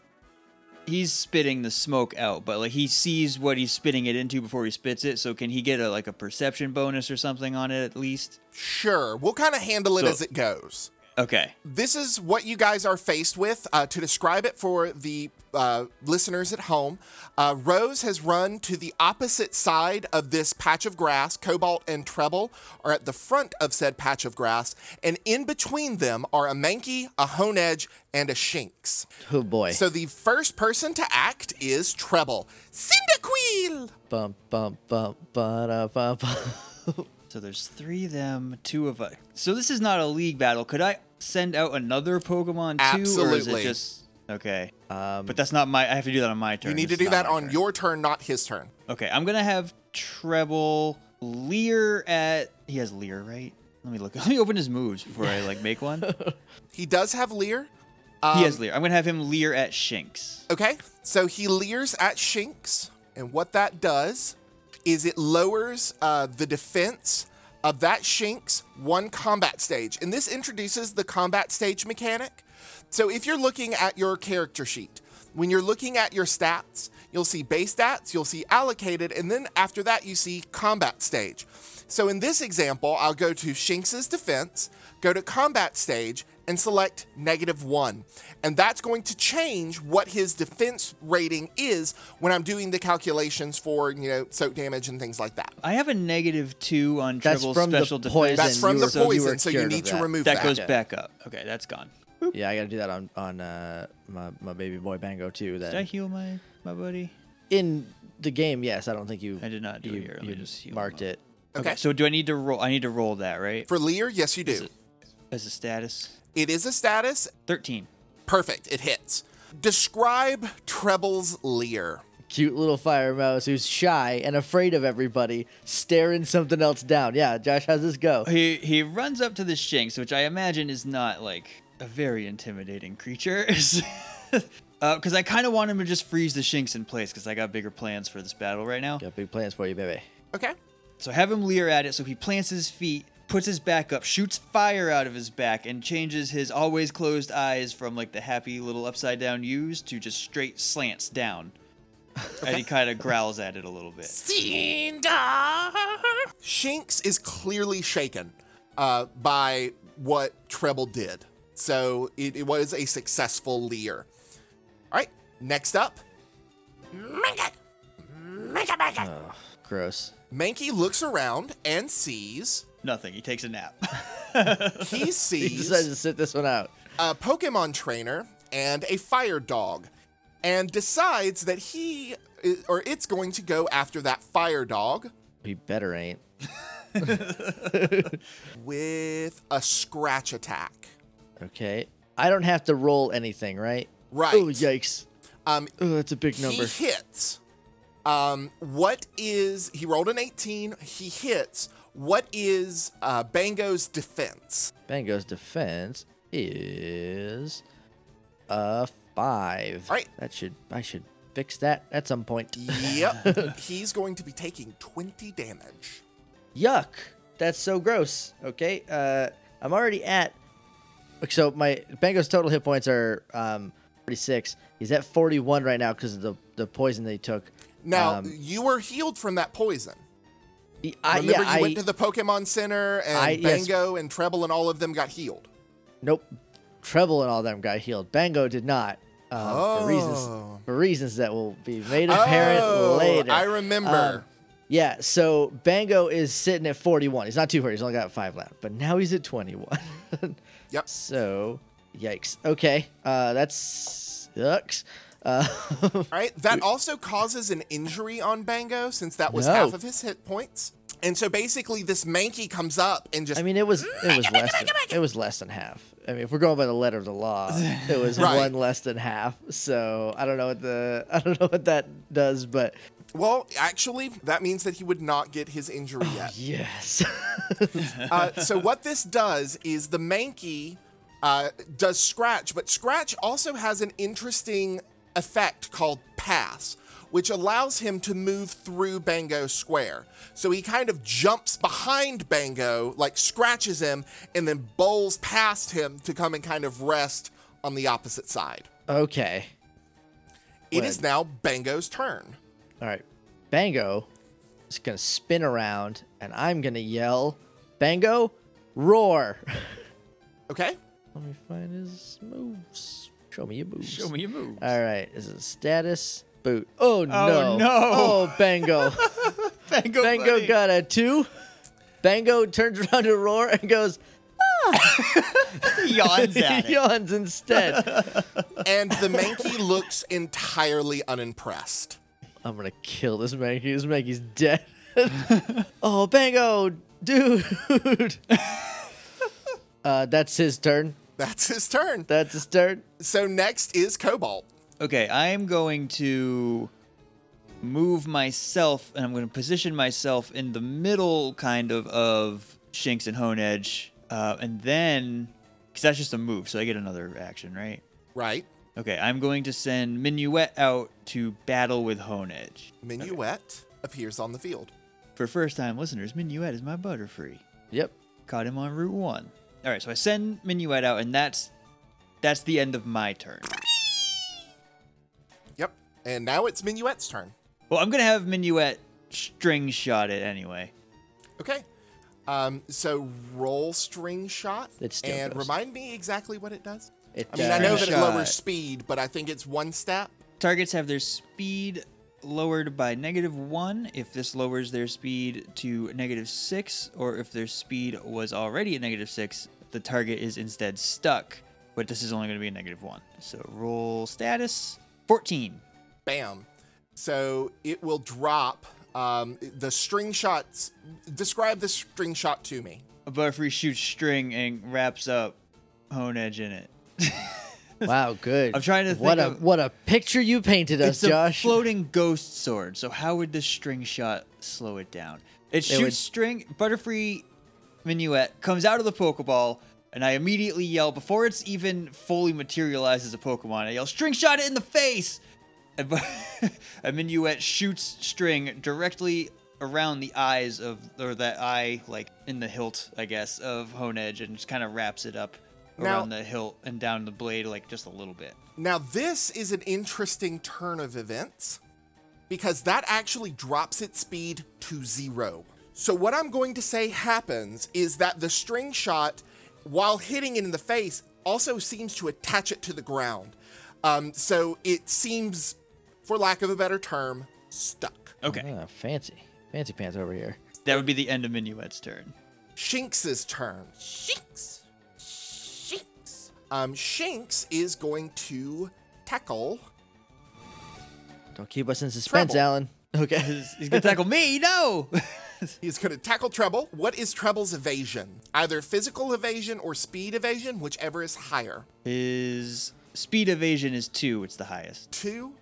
S3: he's spitting the smoke out but like he sees what he's spitting it into before he spits it so can he get a like a perception bonus or something on it at least
S1: Sure, we'll kind of handle it
S3: So-
S1: as it goes.
S3: Okay.
S1: this is what you guys are faced with. Uh, to describe it for the uh, listeners at home, uh, Rose has run to the opposite side of this patch of grass. Cobalt and Treble are at the front of said patch of grass, and in between them are a Mankey, a Hone Edge, and a Shinx.
S2: Oh boy.
S1: So the first person to act is Treble. Cyndaquil!
S2: bum bum bum ba bum.
S3: So there's three of them, two of us. So this is not a league battle. Could I send out another Pokemon too, or is
S1: Absolutely.
S3: it just okay? Um, but that's not my. I have to do that on my turn.
S1: You need to
S3: This
S1: do
S3: is not
S1: that
S3: my
S1: on
S3: turn.
S1: your turn, not his turn.
S3: Okay, I'm gonna have Treble Leer at. He has Leer, right? Let me look. Let me open his moves before I like make one.
S1: He does have Leer.
S3: he has Leer. I'm gonna have him Leer at Shinx.
S1: Okay, so he leers at Shinx, and what that does is it lowers uh, the defense of that Shinx one combat stage. And this introduces the combat stage mechanic. So if you're looking at your character sheet, when you're looking at your stats, you'll see base stats, you'll see allocated, and then after that, you see combat stage. So in this example, I'll go to Shinx's defense, go to combat stage, and select negative one. And that's going to change what his defense rating is when I'm doing the calculations for, you know, soak damage and things like that.
S3: I have a negative two on
S2: That's
S3: Treble's
S2: from the
S3: special
S2: poison.
S3: defense.
S1: That's
S2: Then
S1: from
S2: you
S1: the
S2: were- so you
S1: poison,
S2: were
S1: so you,
S2: cured of
S1: need to
S2: that.
S1: remove that.
S3: that goes
S2: Yeah.
S3: back up. Okay, that's gone.
S2: yeah, I gotta do that on on uh, my my baby boy Bango too. That
S3: Did I heal my my buddy?
S2: in the game, yes, I don't think you.
S3: I did not do
S2: you,
S3: it here. Let me
S2: you
S3: just heal
S2: marked
S3: him
S2: it.
S1: Okay.
S3: So do I need to roll? I need to roll that right
S1: For Lear, yes, you do.
S3: it- as a status.
S1: It is a status.
S3: Thirteen.
S1: Perfect. It hits. Describe Treble's Lear.
S2: Cute little fire mouse who's shy and afraid of everybody, staring something else down. Yeah, Josh, how's this go?
S3: He he runs up to the Shinx, which I imagine is not like a very intimidating creature. Because I kind of want him to just freeze the Shinx in place because I got bigger plans for this battle right now.
S2: Got big plans for you, baby.
S1: Okay.
S3: So have him leer at it. So he plants his feet, puts his back up, shoots fire out of his back, and changes his always closed eyes from like the happy little upside down U's to just straight slants down. And he kind of growls at it a little bit.
S1: Shinx is clearly shaken uh, by what Treble did. So it, it was a successful leer. All right, next up. Mankey. Mankey, Mankey.
S2: Gross.
S1: Uh, Mankey looks around and sees.
S3: Nothing. He takes a nap.
S1: He
S2: He
S1: sees.
S2: decided to sit this one out.
S1: a Pokemon trainer and a fire dog, and decides that he i- or it's going to go after that fire dog
S2: He better ain't.
S1: with a scratch attack.
S2: Okay. I don't have to roll anything, right?
S1: Right.
S2: Oh yikes.
S1: Um,
S2: Oh, that's a big number.
S1: He hits. Um, what is he rolled an 18? He hits. What is uh, Bango's defense?
S2: Bango's defense is a five.
S1: All right.
S2: That should I should fix that at some point.
S1: Yep, he's going to be taking 20 damage.
S2: Yuck. That's so gross. Okay. Uh, I'm already at. So my Bango's total hit points are um 46. He's at 41 right now because of the the poison they took.
S1: Now
S2: Um,
S1: you were healed from that poison.
S2: I,
S1: Remember,
S2: yeah,
S1: you
S2: I,
S1: went to the Pokemon Center, and
S2: I- yes.
S1: Bango and Treble and all of them got healed.
S2: Nope. Treble and all them got healed. Bango did not. Um, For
S1: Oh.
S2: reasons for reasons that will be made apparent
S1: Oh,
S2: later. Um,
S1: I remember.
S2: yeah, so Bango is sitting at 41. He's not too hurt. He's only got five left, but now he's at 21.
S1: Yep.
S2: so, yikes. Okay, uh, that sucks. Uh,
S1: All right. That also causes an injury on Bango since that was
S2: No.
S1: half of his hit points. And so basically, this Mankey comes up and just
S2: I mean, it was it was less than, it was less than half. I mean, if we're going by the letter of the law, it was
S1: Right.
S2: one less than half. So I don't know what the I don't know what that does, but
S1: well, actually, that means that he would not get his injury yet.
S2: yes.
S1: uh, so what this does is the Mankey uh, does Scratch, but Scratch also has an interesting effect called Pass, which allows him to move through Bango Square. So he kind of jumps behind Bango, like scratches him, and then bowls past him to come and kind of rest on the opposite side.
S2: okay.
S1: It is now Bango's turn.
S2: All right. Bango is going to spin around and I'm going to yell, Bango, roar.
S1: Okay?
S2: Let me find his moves. Show me your moves.
S3: Show me your moves.
S2: All right, this is status boot. Oh, no!
S3: no.
S2: Oh, Bango!
S3: Bango,
S2: Bango
S3: buddy.
S2: got a two. Bango turns around to roar and goes.
S3: yawns at
S2: He
S3: it.
S2: yawns instead.
S1: And the Mankey looks entirely unimpressed.
S2: I'm gonna kill this Mankey. This Mankey's dead. oh, Bango, dude. uh, that's his turn.
S1: That's his turn.
S2: That's his turn.
S1: So next is Cobalt.
S3: Okay, I am going to move myself, and I'm going to position myself in the middle, kind of, of Shinx and Hone Edge, uh, and then because that's just a move, so I get another action, right?
S1: Right.
S3: Okay, I'm going to send Minuet out to battle with Hone Edge.
S1: Minuet appears on the field.
S3: For first-time listeners, Minuet is my Butterfree.
S2: Yep.
S3: Caught him on Route One. All right, so I send Minuet out, and that's that's the end of my turn.
S1: Yep. And now it's Minuet's turn.
S3: Well, I'm gonna have Minuet string shot it anyway.
S1: Okay. Um, so roll string shot
S2: It still
S1: and
S2: goes.
S1: remind me exactly what it does.
S2: It
S1: I
S2: uh,
S1: mean, I know that it
S3: String
S1: lowers
S3: shot.
S1: speed, but I think it's one step.
S3: Targets have their speed lowered by negative one if this lowers their speed to negative six, or if their speed was already at negative six, the target is instead stuck. But this is only going to be a negative one. So roll status 14.
S1: Bam. So it will drop um, the string shots. Describe the string shot to me.
S3: A butterfree shoots string and wraps up hone edge in it.
S2: Wow, good.
S3: I'm trying to think
S2: what a
S3: of-
S2: what a picture you painted us,
S3: it's
S2: Josh.
S3: a floating ghost sword. So how would the string shot slow it down? It shoots
S2: would-
S3: string. Butterfree Minuet comes out of the Pokeball, and I immediately yell before it's even fully materialized as a Pokemon. I yell, "String shot it in the face!" And, Bu- and Minuet shoots string directly around the eyes of, or that eye, like in the hilt, I guess, of Hone Edge, and just kind of wraps it up
S1: Now-
S3: around the hilt and down the blade, like just a little bit.
S1: Now, this is an interesting turn of events because that actually drops its speed to zero. So, what I'm going to say happens is that the string shot, while hitting it in the face, also seems to attach it to the ground. Um, so, it seems, for lack of a better term, stuck.
S3: Okay.
S2: Ah, fancy, fancy pants over here.
S3: That would be the end of Minuet's turn.
S1: Shinx's turn. Shinx. Shinx. Um, Shinx is going to tackle.
S2: Don't keep us in suspense,
S1: Trouble.
S2: Alan. Okay.
S3: He's, he's gonna tackle me. No.
S1: He's going to tackle Treble. What is Treble's evasion? Either physical evasion or speed evasion, whichever is higher.
S3: His speed evasion is two. It's the highest.
S1: Two.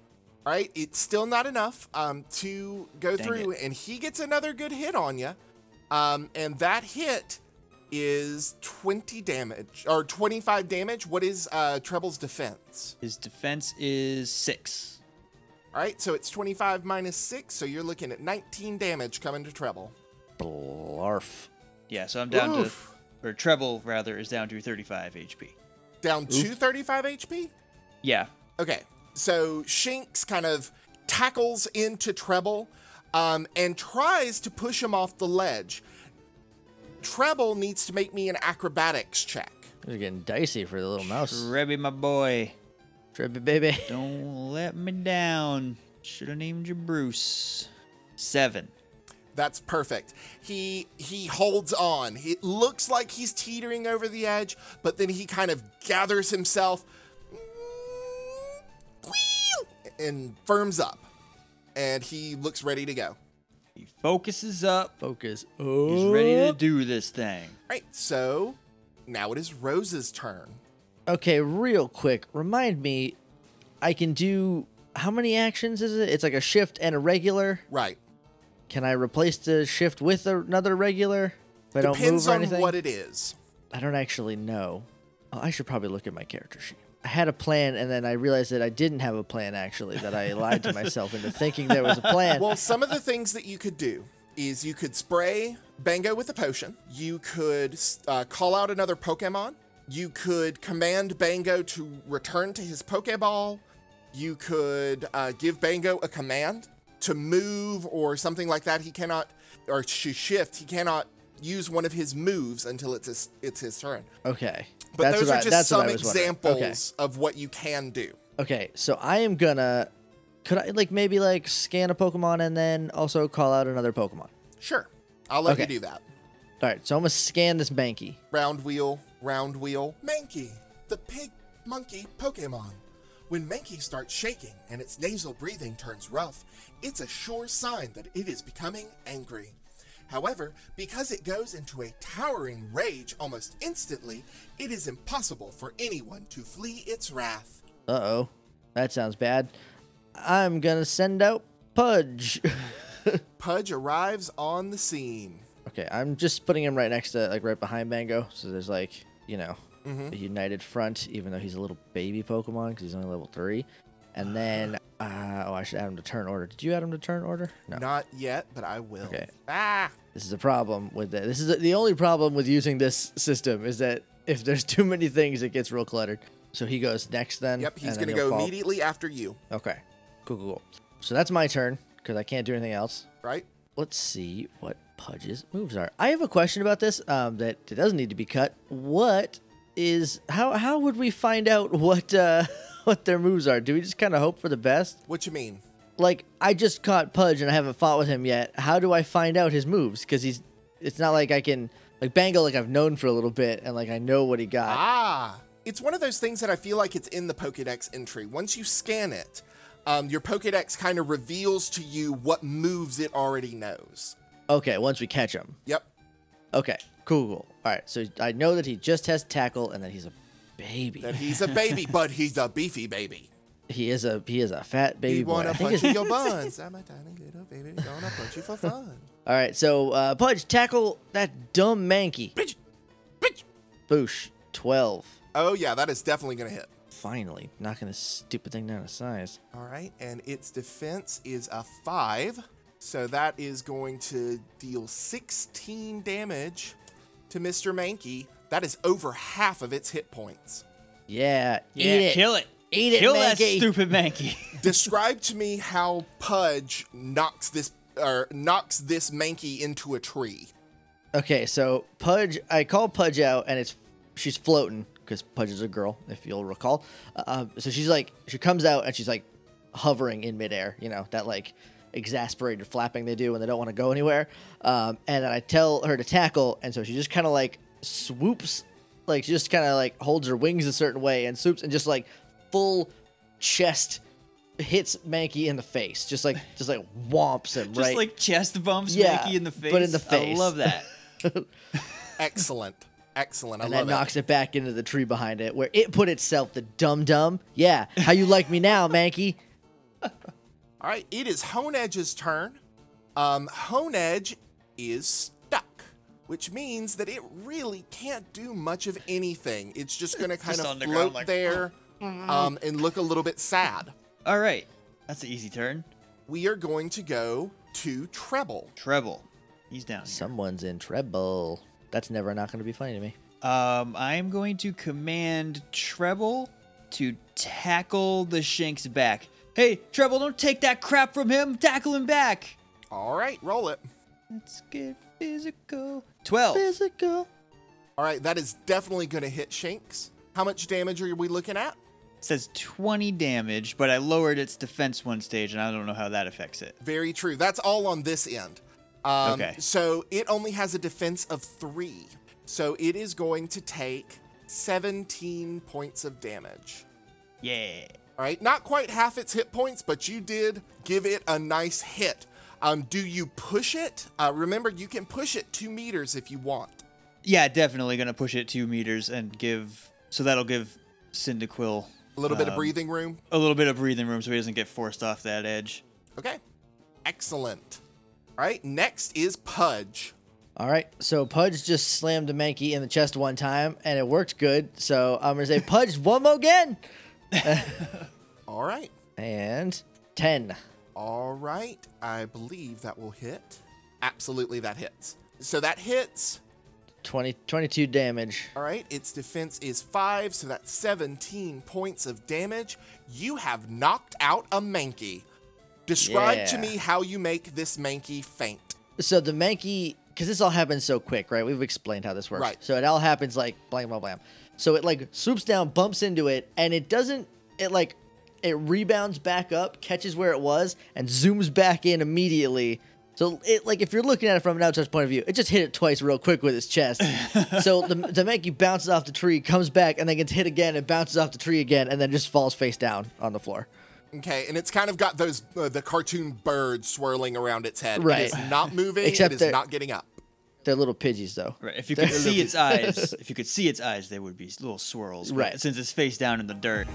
S1: All right, it's still not enough um, to go
S3: Dang
S1: through, and he gets another good hit on you. Um, and that hit is 20 damage or 25 damage. What is uh, Treble's defense?
S3: His defense is six.
S1: All right, so it's 25 minus 6, so you're looking at 19 damage coming to Treble.
S2: Blarf.
S3: Yeah. So I'm down
S1: Oof.
S3: to, or treble rather, is down to 35 HP.
S1: Down to 35 HP?
S3: Yeah.
S1: Okay, so Shinx kind of tackles into Treble um, and tries to push him off the ledge. Treble needs to make me an acrobatics check.
S2: They're getting dicey for the little mouse.
S3: Rebby, my boy,
S2: Trippy baby.
S3: don't let me down. Should have named you Bruce. Seven.
S1: That's perfect. He he holds on. It looks like he's teetering over the edge, but then he kind of gathers himself and firms up. And he looks ready to go.
S3: He focuses up.
S2: Focus.
S3: He's ready to do this thing.
S1: Right, so now it is Rose's turn.
S2: Oh. Okay, real quick, remind me, I can do how many actions is it? It's like a shift and a regular.
S1: Right.
S2: Can I replace the shift with another regular? If I don't
S1: Depends
S2: move or
S1: on
S2: anything?
S1: what it is.
S2: I don't actually know. Oh, I should probably look at my character sheet. I had a plan, and then I realized that I didn't have a plan. Actually, that I lied to myself into thinking there was a plan.
S1: Well, some of the things that you could do is you could spray Bango with a potion. You could uh, call out another Pokemon. You could command Bango to return to his Pokeball. You could uh, give Bango a command to move or something like that. He cannot, or to shift. He cannot use one of his moves until it's his, it's his turn.
S2: Okay.
S1: But
S2: that's
S1: those
S2: what
S1: are
S2: I-
S1: just
S2: that's what
S1: some
S2: I was wondering.
S1: examples
S2: Okay.
S1: of what you can do.
S2: Okay, so I am gonna. Could I like maybe like scan a Pokemon and then also call out another Pokemon?
S1: Sure, I'll let you
S2: Okay.
S1: do that.
S2: All right, so I'm gonna scan this Banky.
S1: Round wheel, round wheel. Mankey, the pig monkey Pokemon. When Mankey starts shaking and its nasal breathing turns rough, it's a sure sign that it is becoming angry. However, because it goes into a towering rage almost instantly, it is impossible for anyone to flee its wrath.
S2: Uh oh, that sounds bad. I'm gonna send out Pudge.
S1: Pudge arrives on the scene.
S2: okay, I'm just putting him right next to like right behind Mango, so there's like you know a united front. Even though he's a little baby Pokemon because he's only level three. And then uh, oh, I should add him to turn order. Did you add him to turn order? No.
S1: Not yet, but I will.
S2: Okay.
S1: Ah!
S2: This is a problem with that. This is the only problem with using this system is that if there's too many things, it gets real cluttered. So he goes next, then.
S1: Yep, he's
S2: and then
S1: going to
S2: he'll
S1: go
S2: fall-
S1: immediately after you,
S2: Okay, cool, cool, cool. So that's my turn because I can't do anything else.
S1: right?
S2: Let's see what Pudge's moves are. I have a question about this um, that it doesn't need to be cut. What is how how would we find out what uh, what their moves are? Do we just kind of hope for the best?
S1: What you mean?
S2: like I just caught Pudge and I haven't fought with him yet. How do I find out his moves? Because he's it's not like I can like Bango like I've known for a little bit and like I know what he got.
S1: Ah, it's one of those things that I feel like it's in the Pokedex entry. Once you scan it, um, your Pokedex kind of reveals to you what moves it already knows.
S2: Okay, once we catch him.
S1: Yep.
S2: Okay, cool, cool. All right, so I know that he just has tackle and that he's a baby.
S1: That he's a baby, but he's a beefy baby.
S2: He is a he is a fat baby
S1: you
S2: boy.
S1: wanna
S2: I think
S1: punch
S2: his-
S1: in your buns? I'm a tiny little baby, gonna punch you for fun.
S2: All right, so uh, Pudge tackle that dumb manky.
S1: Bitch, bitch.
S2: Boosh, twelve.
S1: Oh yeah, that is definitely gonna hit.
S2: Finally, knocking this stupid thing down to size.
S1: All right, and its defense is a five, so that is going to deal 16 damage to Mr. Mankey. That is over half of its hit points.
S2: Yeah,
S3: Yeah,
S2: eat it.
S3: kill it.
S2: Eat it,
S3: Kill that
S2: Mankey.
S3: stupid Mankey.
S1: Describe to me how Pudge knocks this or knocks this Mankey into a tree.
S2: Okay, so Pudge, I call Pudge out, and it's she's floating because Pudge is a girl, if you'll recall. Uh, Um, so she's like, she comes out and she's like hovering in midair. You know that like exasperated flapping they do when they don't want to go anywhere. Um, and then I tell her to tackle, and so she just kind of like swoops, like she just kind of like holds her wings a certain way and swoops and just like full chest hits Mankey in the face, just like just like womps him
S3: Just
S2: right.
S3: like chest bumps
S2: Yeah,
S3: Mankey in the face.
S2: but in the face.
S3: I love that.
S1: Excellent. Excellent. I
S2: and
S1: love
S2: that
S1: it.
S2: knocks it back into the tree behind it, where it put itself. The dum dum. Yeah, how you like me now, Mankey?
S1: All right, it is Hone Edge's turn. Um, Hone Edge is stuck, which means that it really can't do much of anything. It's just going to kind
S3: Just
S1: of
S3: on the
S1: float
S3: ground like, Mm-hmm.
S1: there um, and look a little bit sad.
S3: All right. That's an easy turn.
S1: We are going to go to Treble.
S3: Treble. He's down. here.
S2: Someone's in trouble. That's never not going to be funny to me.
S3: Um, I'm going to command Treble to tackle the Shanks back. Hey, Treble, don't take that crap from him. Tackle him back.
S1: All right, roll it.
S3: Let's get physical.
S1: Oh.
S3: 12.
S2: Physical.
S1: All right, that is definitely going to hit Shanks. How much damage are we looking at?
S3: says 20 damage, but I lowered its defense one stage, and I don't know how that affects it.
S1: Very true. That's all on this end. Um,
S3: Okay.
S1: So it only has a defense of three. So it is going to take 17 points of damage.
S3: Yeah.
S1: All right. Not quite half its hit points, but you did give it a nice hit. Um, do you push it? Uh, remember, you can push it two meters if you want.
S3: Yeah, definitely going to push it two meters and give. So that'll give Cyndaquil
S1: A little
S3: Um,
S1: bit of breathing room.
S3: a little bit of breathing room so he doesn't get forced off that edge.
S1: Okay. Excellent. All right. Next is Pudge.
S2: All right, so Pudge just slammed a Mankey in the chest one time, and it worked good. So I'm going to say Pudge one more again,
S1: All right.
S2: and ten.
S1: All right, I believe that will hit. Absolutely, that hits. So that hits.
S2: 20, 22 damage.
S1: All right, its defense is five, so that's 17 points of damage. You have knocked out a Mankey. Describe to
S2: Yeah.
S1: me how you make this Mankey faint.
S2: So the Mankey because this all happens so quick, right? We've explained how this works.
S1: Right.
S2: So it all happens like blam blam blam. So it like swoops down, bumps into it, and it doesn't. It like it rebounds back up, catches where it was, and zooms back in immediately. So it like if you're looking at it from an outside point of view, it just hit it twice real quick with its chest. so the the Mankey bounces off the tree, comes back, and then gets hit again, and bounces off the tree again, and then just falls face down on the floor.
S1: Okay, and it's kind of got those uh, the cartoon bird swirling around its head.
S2: Right.
S1: It is not moving.
S2: Except
S1: it
S2: that-
S1: is not getting up.
S2: They're little pidgeys though.
S3: Right. If you could see its eyes, if you could see its eyes, they would be little swirls. but
S2: Right.
S3: Since it's face down in the dirt.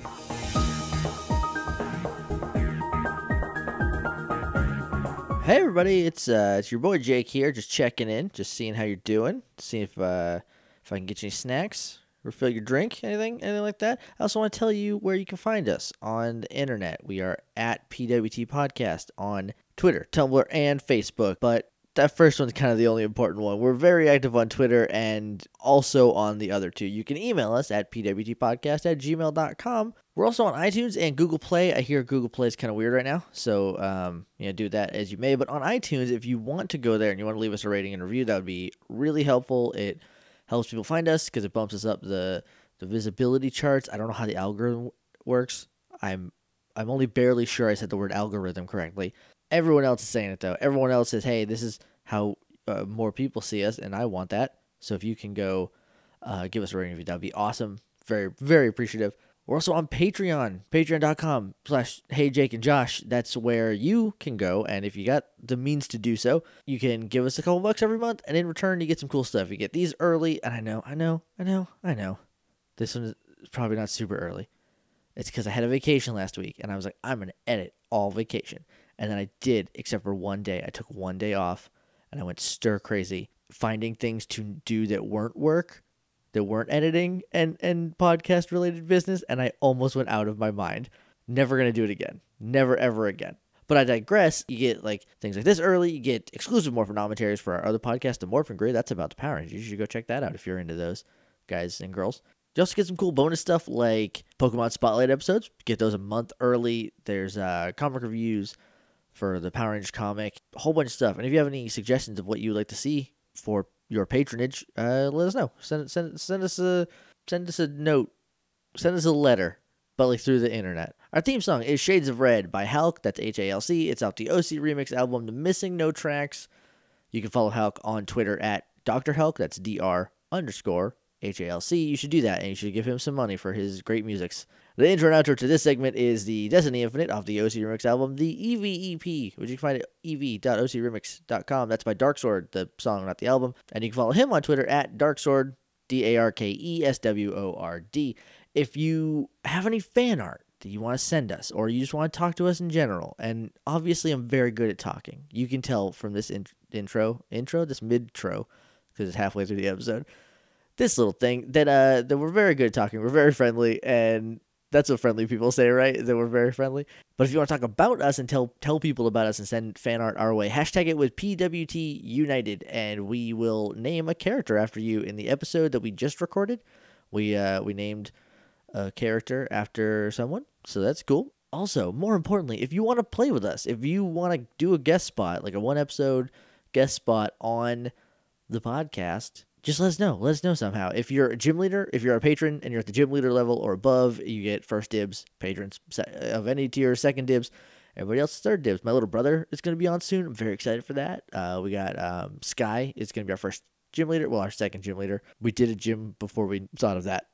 S2: Hey everybody, it's uh it's your boy Jake here, just checking in, just seeing how you're doing, seeing if uh if I can get you any snacks, refill your drink, anything, anything like that. I also want to tell you where you can find us on the internet. We are at PWT Podcast on Twitter, Tumblr, and Facebook. But that first one's kind of the only important one. We're very active on Twitter and also on the other two. You can email us at pwtpodcast at gmail.com. We're also on iTunes and Google Play. I hear Google Play is kind of weird right now, so um, you know, do that as you may. But on iTunes, if you want to go there and you want to leave us a rating and review, that would be really helpful. It helps people find us because it bumps us up the the visibility charts. I don't know how the algorithm works. I'm I'm only barely sure I said the word algorithm correctly. Everyone else is saying it though. Everyone else says, "Hey, this is how uh, more people see us," and I want that. So if you can go uh, give us a rating review, that'd be awesome. Very very appreciative. We're also on Patreon, patreon.com slash hey Jake and Josh. That's where you can go. And if you got the means to do so, you can give us a couple bucks every month. And in return, you get some cool stuff. You get these early. And I know, I know, I know, I know. This one is probably not super early. It's because I had a vacation last week and I was like, I'm going to edit all vacation. And then I did, except for one day. I took one day off and I went stir crazy finding things to do that weren't work, that weren't editing and, and podcast related business. And I almost went out of my mind. Never going to do it again. Never, ever again. But I digress. You get like things like this early. You get exclusive Morphin commentaries for our other podcast, The Morphin Grid. That's about the Power Rangers. You should go check that out if you're into those guys and girls. You also get some cool bonus stuff like Pokemon Spotlight episodes. Get those a month early. There's uh, comic reviews for the Power Rangers comic, a whole bunch of stuff. And if you have any suggestions of what you would like to see for your patronage, uh, let us know. Send send send us a send us a note, send us a letter, but like through the internet. Our theme song is "Shades of Red" by Halk. That's H A L C. It's off the OC remix album, "The Missing No Tracks." You can follow Halk on Twitter at Dr. Helk. That's DR underscore H A L C. You should do that, and you should give him some money for his great musics. The intro and outro to this segment is the Destiny Infinite off the OC Remix album, the E EVEP, which you can find at E ev.ocremix.com. That's by Darksword, the song, not the album. And you can follow him on Twitter at Darksword, D A R K E S W O R D. If you have any fan art that you want to send us, or you just want to talk to us in general, and obviously I'm very good at talking. You can tell from this in- intro, intro, this mid-tro, because it's halfway through the episode. This little thing that uh that we're very good at talking, we're very friendly, and that's what friendly people say, right? That we're very friendly. But if you want to talk about us and tell tell people about us and send fan art our way, hashtag it with PWT United, and we will name a character after you in the episode that we just recorded. We uh, we named a character after someone, so that's cool. Also, more importantly, if you want to play with us, if you want to do a guest spot, like a one episode guest spot on the podcast, just let us know. Let us know somehow. If you're a gym leader, if you're a patron and you're at the gym leader level or above, you get first dibs. Patrons se- of any tier, second dibs. Everybody else, is third dibs. My little brother is going to be on soon. I'm very excited for that. Uh, we got um, Sky is going to be our first gym leader. Well, our second gym leader. We did a gym before we thought of that.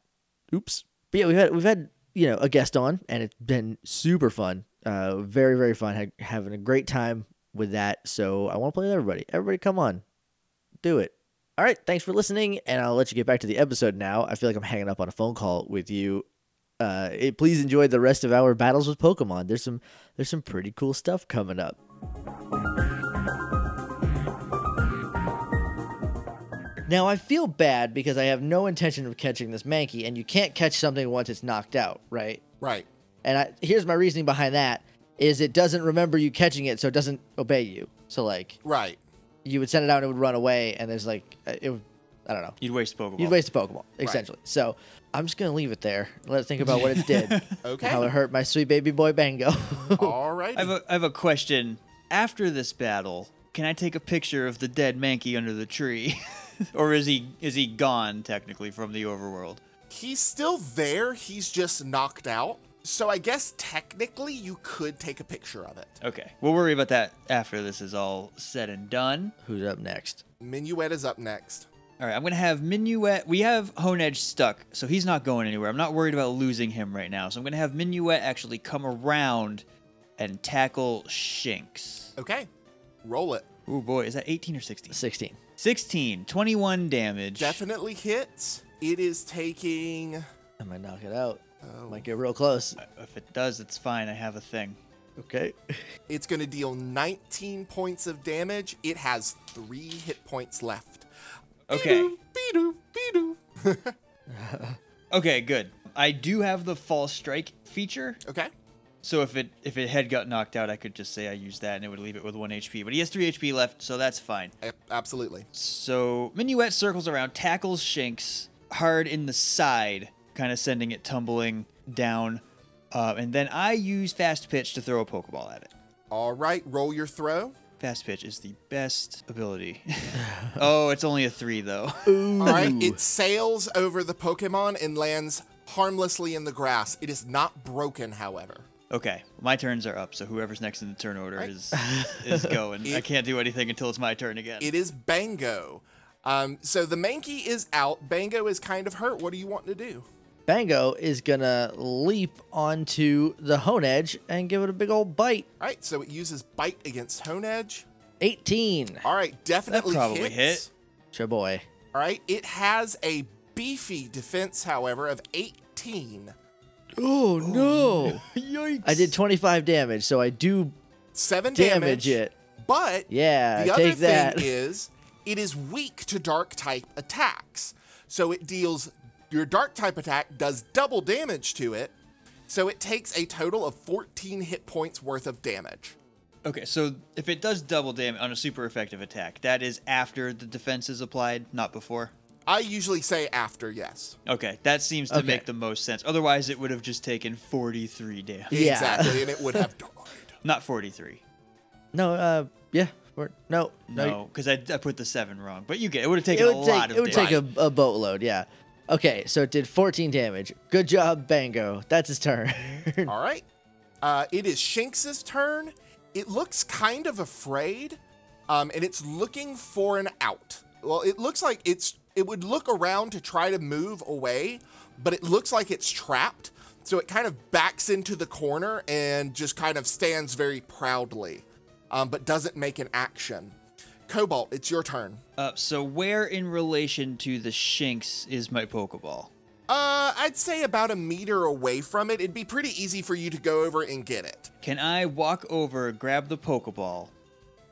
S2: Oops. But yeah, we've had we've had you know a guest on, and it's been super fun. Uh, very very fun. Had, having a great time with that. So I want to play with everybody. Everybody, come on, do it. All right, thanks for listening, and I'll let you get back to the episode now. I feel like I'm hanging up on a phone call with you. Uh, it, please enjoy the rest of our battles with Pokemon. There's some there's some pretty cool stuff coming up. Now I feel bad because I have no intention of catching this Mankey, and you can't catch something once it's knocked out, right?
S1: Right.
S2: And I, here's my reasoning behind that: is it doesn't remember you catching it, so it doesn't obey you. So like
S1: Right.
S2: you would send it out, and it would run away, and there's like uh, it would, I don't know.
S3: You'd waste Pokemon.
S2: You'd waste a Pokemon, essentially. So I'm just gonna leave it there. Let us think about what it did.
S1: Okay.
S2: How it hurt my sweet baby boy Bango.
S1: All right.
S3: I have, a, I have a question. After this battle, "Can I take a picture of the dead Mankey under the tree?" or is he is he gone technically from the overworld?
S1: He's still there, he's just knocked out. So I guess technically you could take a picture of it.
S3: Okay, we'll worry about that after this is all said and done.
S2: Who's up next?
S1: Minuet is up next.
S3: All right, I'm gonna have Minuet. We have Honedge stuck, so he's not going anywhere. I'm not worried about losing him right now, so I'm gonna have Minuet actually come around and tackle Shinx.
S1: Okay. Roll it.
S3: Oh boy, is that 18 or 16?
S2: 16.
S3: 16, 21 damage.
S1: Definitely hits. It is taking
S2: I might knock it out.
S1: Oh.
S2: Might get real close.
S3: if it does, it's fine. I have a thing.
S2: Okay.
S1: It's going to deal 19 points of damage. It has 3 hit points left.
S3: Okay.
S1: Be-doo, be-doo, be-doo.
S3: Okay, good. I do have the false strike feature,
S1: okay.
S3: so if it if it had got knocked out, I could just say I used that and it would leave it with 1 HP. But he has 3 HP left, so that's fine.
S1: A- absolutely.
S3: So Minuet circles around, tackles Shinx hard in the side, kind of sending it tumbling down. Uh, and then I use fast pitch to throw a Pokeball at it.
S1: All right, roll your throw.
S3: Fast pitch is the best ability. oh, it's only a three though.
S1: All right, it sails over the Pokemon and lands harmlessly in the grass. It is not broken, however.
S3: Okay, my turns are up, so whoever's next in the turn order is is going. I can't do anything until it's my turn again.
S1: It is Bango. Um, so the Mankey is out. Bango is kind of hurt. What do you want to do?
S2: Bango is gonna leap onto the hone edge and give it a big old bite.
S1: All right, so it uses Bite against Honedge.
S2: 18.
S1: All right, definitely
S3: probably
S1: hits.
S3: hit.
S2: Your boy.
S1: All right, it has a beefy defense, however, of 18.
S2: Oh no.
S3: Yikes!
S2: I did 25 damage, so I do
S1: Seven
S2: damage
S1: damage.
S2: it.
S1: But
S2: Yeah,
S1: the other
S2: take
S1: thing
S2: that.
S1: is, it is weak to dark type attacks. So it deals, your dark type attack does double damage to it. So it takes a total of 14 hit points worth of damage.
S3: Okay, so if it does double damage on a super effective attack, that is after the defense is applied, not before.
S1: I usually say after, yes.
S3: Okay, that seems to
S2: Okay.
S3: make the most sense. Otherwise, it would have just taken 43 damage.
S2: Yeah.
S1: Exactly, and it would have died.
S3: Not 43.
S2: No, uh yeah. we're- no, no.
S3: No, because I, I put the seven wrong. But you get it. Would have
S2: It
S3: taken a
S2: would
S3: lot
S2: take
S3: of
S2: it would
S3: damage.
S2: take a, a boatload, yeah. Okay, so it did 14 damage. Good job, Bango. That's his turn.
S1: All right. Uh, it is Shinx's turn. It looks kind of afraid, um, and it's looking for an out. Well, it looks like it's it would look around to try to move away, but it looks like it's trapped. So it kind of backs into the corner and just kind of stands very proudly, um, but doesn't make an action. Cobalt, it's your turn.
S3: uh, so where in relation to the Shinx is my Pokeball?
S1: Uh, I'd say about a meter away from it. It'd be pretty easy for you to go over and get it.
S3: Can I walk over, grab the Pokeball,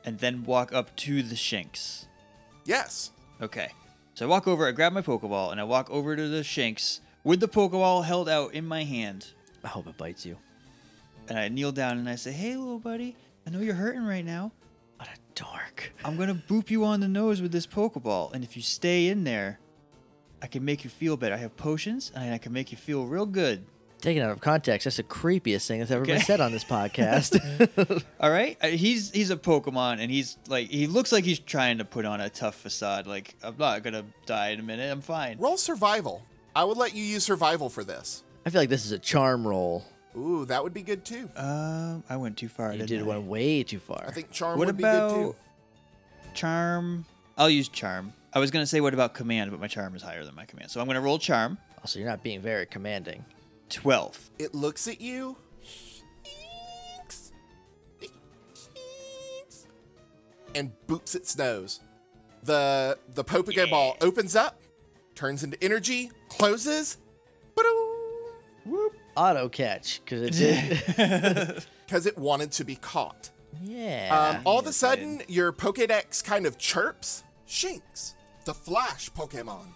S3: and then walk up to the Shinx?
S1: Yes.
S3: Okay. So I walk over, I grab my Pokeball, and I walk over to the Shinx with the Pokeball held out in my hand.
S2: I hope it bites you.
S3: And I kneel down and I say, Hey, little buddy, I know you're hurting right now.
S2: What a dork.
S3: I'm going to boop you on the nose with this Pokeball. And if you stay in there, I can make you feel better. I have potions, and I can make you feel real good.
S2: Taken out of context, that's the creepiest thing that's ever been
S3: Okay.
S2: said on this podcast.
S3: All right, Uh, he's he's a Pokemon, and he's like he looks like he's trying to put on a tough facade. Like I'm not gonna die in a minute. I'm fine.
S1: Roll survival. I would let you use survival for this.
S2: I feel like this is a charm roll.
S1: Ooh, that would be good too.
S3: Um, I went too far.
S2: You
S3: didn't
S2: did
S3: I?
S2: one way too far.
S1: I think charm
S3: What
S1: would be good too.
S3: about charm? I'll use charm. I was gonna say what about command, but my charm is higher than my command, so I'm gonna roll charm.
S2: also, you're not being very commanding.
S3: Twelve.
S1: It looks at you. And boops its nose. The the Popego ball opens up, turns into energy, closes.
S2: Auto catch, because it did.
S1: Because it wanted to be caught. Um,
S2: yeah.
S1: all of a sudden, your Pokedex kind of chirps. Shinx, the Flash Pokemon.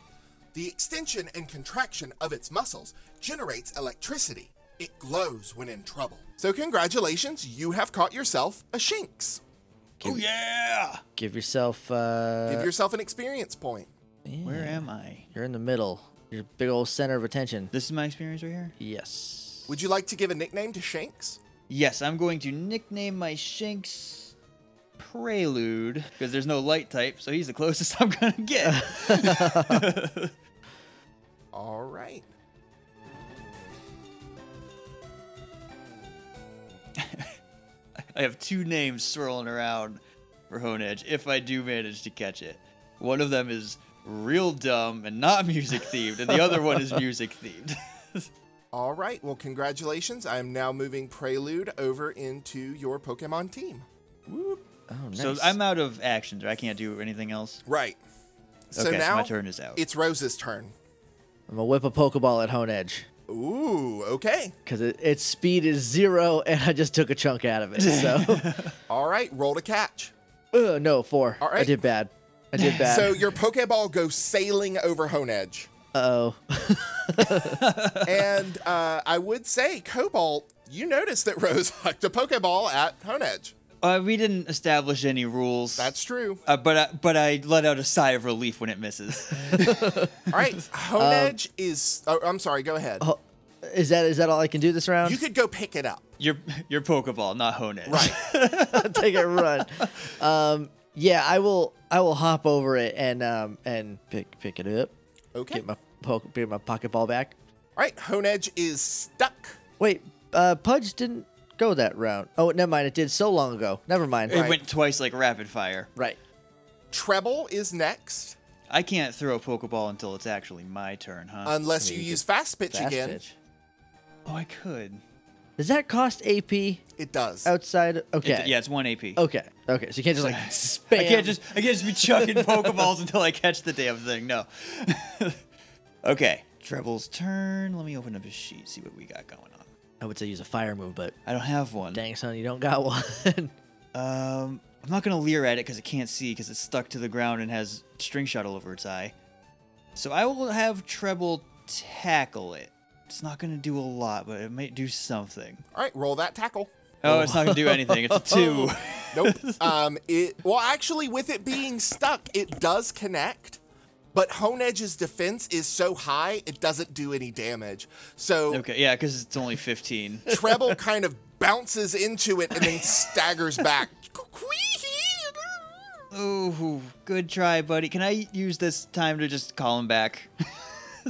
S1: The extension and contraction of its muscles generates electricity. It glows when in trouble. So, congratulations, you have caught yourself a Shinx.
S3: Oh yeah.
S2: Give yourself. Uh,
S1: Give yourself an experience point.
S3: Where am I?
S2: you're in the middle. You're a big old center of attention.
S3: This is my experience right here.
S2: Yes.
S1: Would you like to give a nickname to Shinx?
S3: Yes, I'm going to nickname my Shinx Prelude because there's no light type, so he's the closest I'm gonna get.
S1: All right.
S3: I have two names swirling around for Hone Edge if I do manage to catch it. One of them is real dumb and not music themed, and the other one is music themed.
S1: All right. Well, congratulations. I am now moving Prelude over into your Pokemon team.
S2: Oh, nice.
S3: So I'm out of actions, right? I can't do anything else.
S1: Right. so
S3: okay,
S1: now
S3: so my turn is out.
S1: it's Rose's turn.
S2: I'm gonna whip a Pokeball at Hone Edge
S1: Ooh, okay.
S2: because it, its speed is zero, and I just took a chunk out of it. So,
S1: All right, roll to catch.
S2: Ugh, no four.
S1: All
S2: I
S1: right.
S2: did bad. I did bad.
S1: So your Pokeball goes sailing over Hone Edge.
S2: Uh-oh.
S1: and uh, I would say, Cobalt, you noticed that Rose hucked a Pokeball at Hone Edge.
S3: Uh, we didn't establish any rules.
S1: That's true.
S3: Uh, but I, but I let out a sigh of relief when it misses.
S1: All right, Hone Edge is. Oh, I'm sorry, go ahead.
S2: Um, Oh, is that is that all I can do this round?
S1: You could go pick it up.
S3: your your Pokeball, not Hone Edge.
S1: Right.
S2: take a run. Um, yeah, I will. I will hop over it and um, and pick pick it up.
S1: Okay.
S2: Get my poke, get my pocket ball back.
S1: All right, Hone Edge is stuck.
S2: Wait, uh, Pudge didn't go that round. Oh, never mind. It did so long ago. Never mind.
S3: It
S1: Right.
S3: went twice like rapid fire.
S2: Right.
S1: Treble is next,
S3: I can't throw a Pokeball until it's actually my turn, huh?
S1: unless
S2: I
S1: you
S2: mean, you
S1: use Fast Pitch
S2: Oh, Fast
S1: again.
S2: pitch.
S3: oh, I could.
S2: Does that cost AP
S1: It does.
S2: outside? Okay.
S3: It- yeah, it's one AP.
S2: Okay. Okay. So you can't just like spam.
S3: I can't just I can't just be chucking Pokeballs until I catch the damn thing. No. okay. Treble's turn. Let me open up his sheet. See what we got going on.
S2: I would say use a fire move, but
S3: I don't have one.
S2: dang son, you don't got one.
S3: Um, I'm not gonna leer at it because it can't see because it's stuck to the ground and has string shot all over its eye. So I will have Treble tackle it. It's not gonna do a lot, but it might do something.
S1: All right, roll that tackle.
S3: Oh, it's not gonna do anything. It's a two.
S1: Nope. um, it well, actually, with it being stuck, it does connect, but Hone Edge's defense is so high it doesn't do any damage. So
S3: okay, yeah, because it's only 15.
S1: Treble kind of bounces into it and then staggers back.
S3: Ooh, good try, buddy. Can I use this time to just call him back?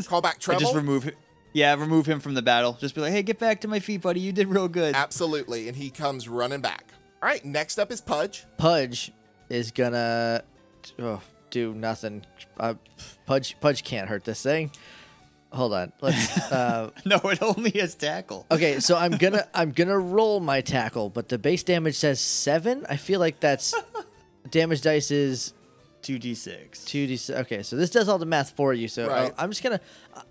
S1: Call back
S3: I
S1: Treble.
S3: just remove him. Yeah, remove him from the battle. Just be like, hey, get back to my feet, buddy. You did real good.
S1: Absolutely, and he comes running back. All right, next up is Pudge.
S2: Pudge is gonna oh, do nothing. Uh, Pudge Pudge can't hurt this thing. Hold on. Let's. Uh,
S3: No, it only has tackle.
S2: okay, so I'm gonna I'm gonna roll my tackle, but the base damage says seven. I feel like that's damage dice is
S3: 2d6.
S2: two d. Okay, so this does all the math for you. So
S1: Right.
S2: I, am just gonna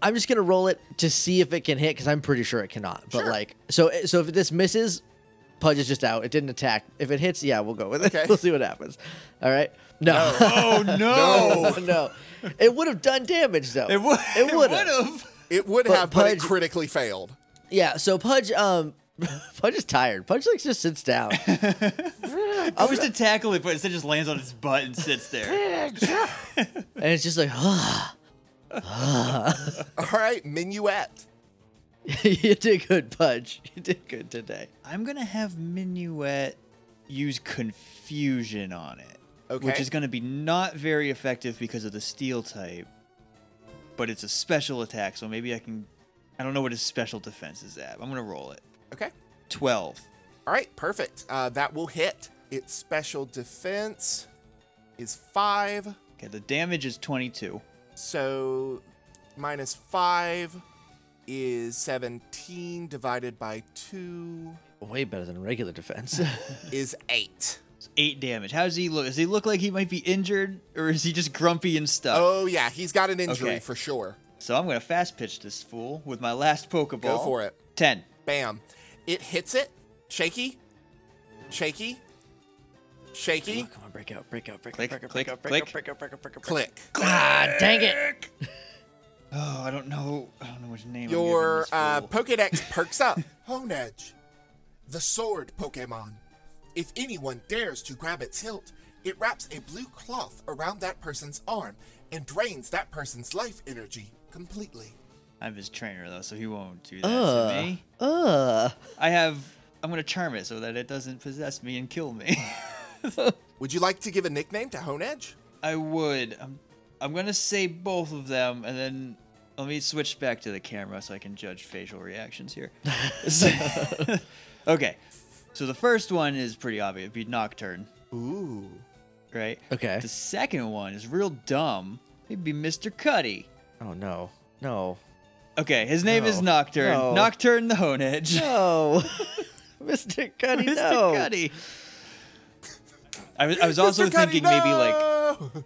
S2: I'm just gonna roll it to see if it can hit because I'm pretty sure it cannot. But
S1: Sure.
S2: like, so eh, so if this misses, Pudge is just out. It didn't attack. If it hits, yeah, we'll go with it.
S1: Okay.
S2: we'll see what happens. All right. No.
S3: Oh,
S1: No.
S2: Oh no. It would have done damage though.
S3: It would.
S2: It would have.
S3: have.
S1: It would
S2: But
S1: have, but it
S2: Pudge-
S1: critically failed.
S2: Yeah. So Pudge, um, Pudge is tired. Pudge like just sits down.
S3: I wish to tackle it, but instead just lands on its butt and sits there.
S2: and it's just like,
S1: All right, Minuet.
S2: you did good, Pudge. You did good today.
S3: I'm gonna have Minuet use confusion on it, which
S1: Okay.
S3: is gonna be not very effective because of the steel type, but it's a special attack, so maybe I can. I don't know what his special defense is at. I'm gonna roll it.
S1: Okay.
S3: Twelve.
S1: All right, perfect. Uh, that will hit. Its special defense is five,
S3: Okay, the damage is 22.
S1: so minus five is 17 divided by two
S2: Way better than regular defense.
S1: is eight.
S3: It's eight damage. How does he look? Does he look like he might be injured, or is he just grumpy and stuff?
S1: Oh, yeah, he's got an injury
S3: Okay.
S1: for sure.
S3: So I'm gonna fast pitch this fool with my last Pokeball.
S1: Go for it.
S3: Ten.
S1: Bam. It hits it. Shaky. Shaky. Shaky.
S2: Come on, break out, break out, break
S3: Click,
S2: out, break out,
S3: click,
S2: break out,
S3: click.
S2: break out, break out, break out, break out.
S1: Click.
S2: Ah, dang it!
S3: Oh, I don't know. I don't know which name. I'm giving
S1: Your
S3: this
S1: uh,
S3: fool.
S1: Pokedex perks up. Hone Edge, the sword Pokemon. If anyone dares to grab its hilt, it wraps a blue cloth around that person's arm and drains that person's life energy completely.
S3: I'm his trainer though, so he won't do that to me.
S2: Uh,
S3: I have. I'm gonna charm it so that it doesn't possess me and kill me.
S1: Would you like to give a nickname to Hone Edge?
S3: I would. I'm, I'm gonna say both of them, and then let me switch back to the camera so I can judge facial reactions here. So- okay, so the first one is pretty obvious. It'd be Nocturne,
S1: Ooh.
S3: right?
S2: Okay.
S3: The second one is real dumb. It'd be Mr. Cuddy.
S2: Oh no. No.
S3: Okay, his name is
S2: No.
S3: Nocturne.
S2: No.
S3: Nocturne the Hone Edge.
S2: No. Mr. Cuddy,
S3: Mr.
S2: no.
S3: Cuddy. I was, I was also thinking maybe like
S1: maybe like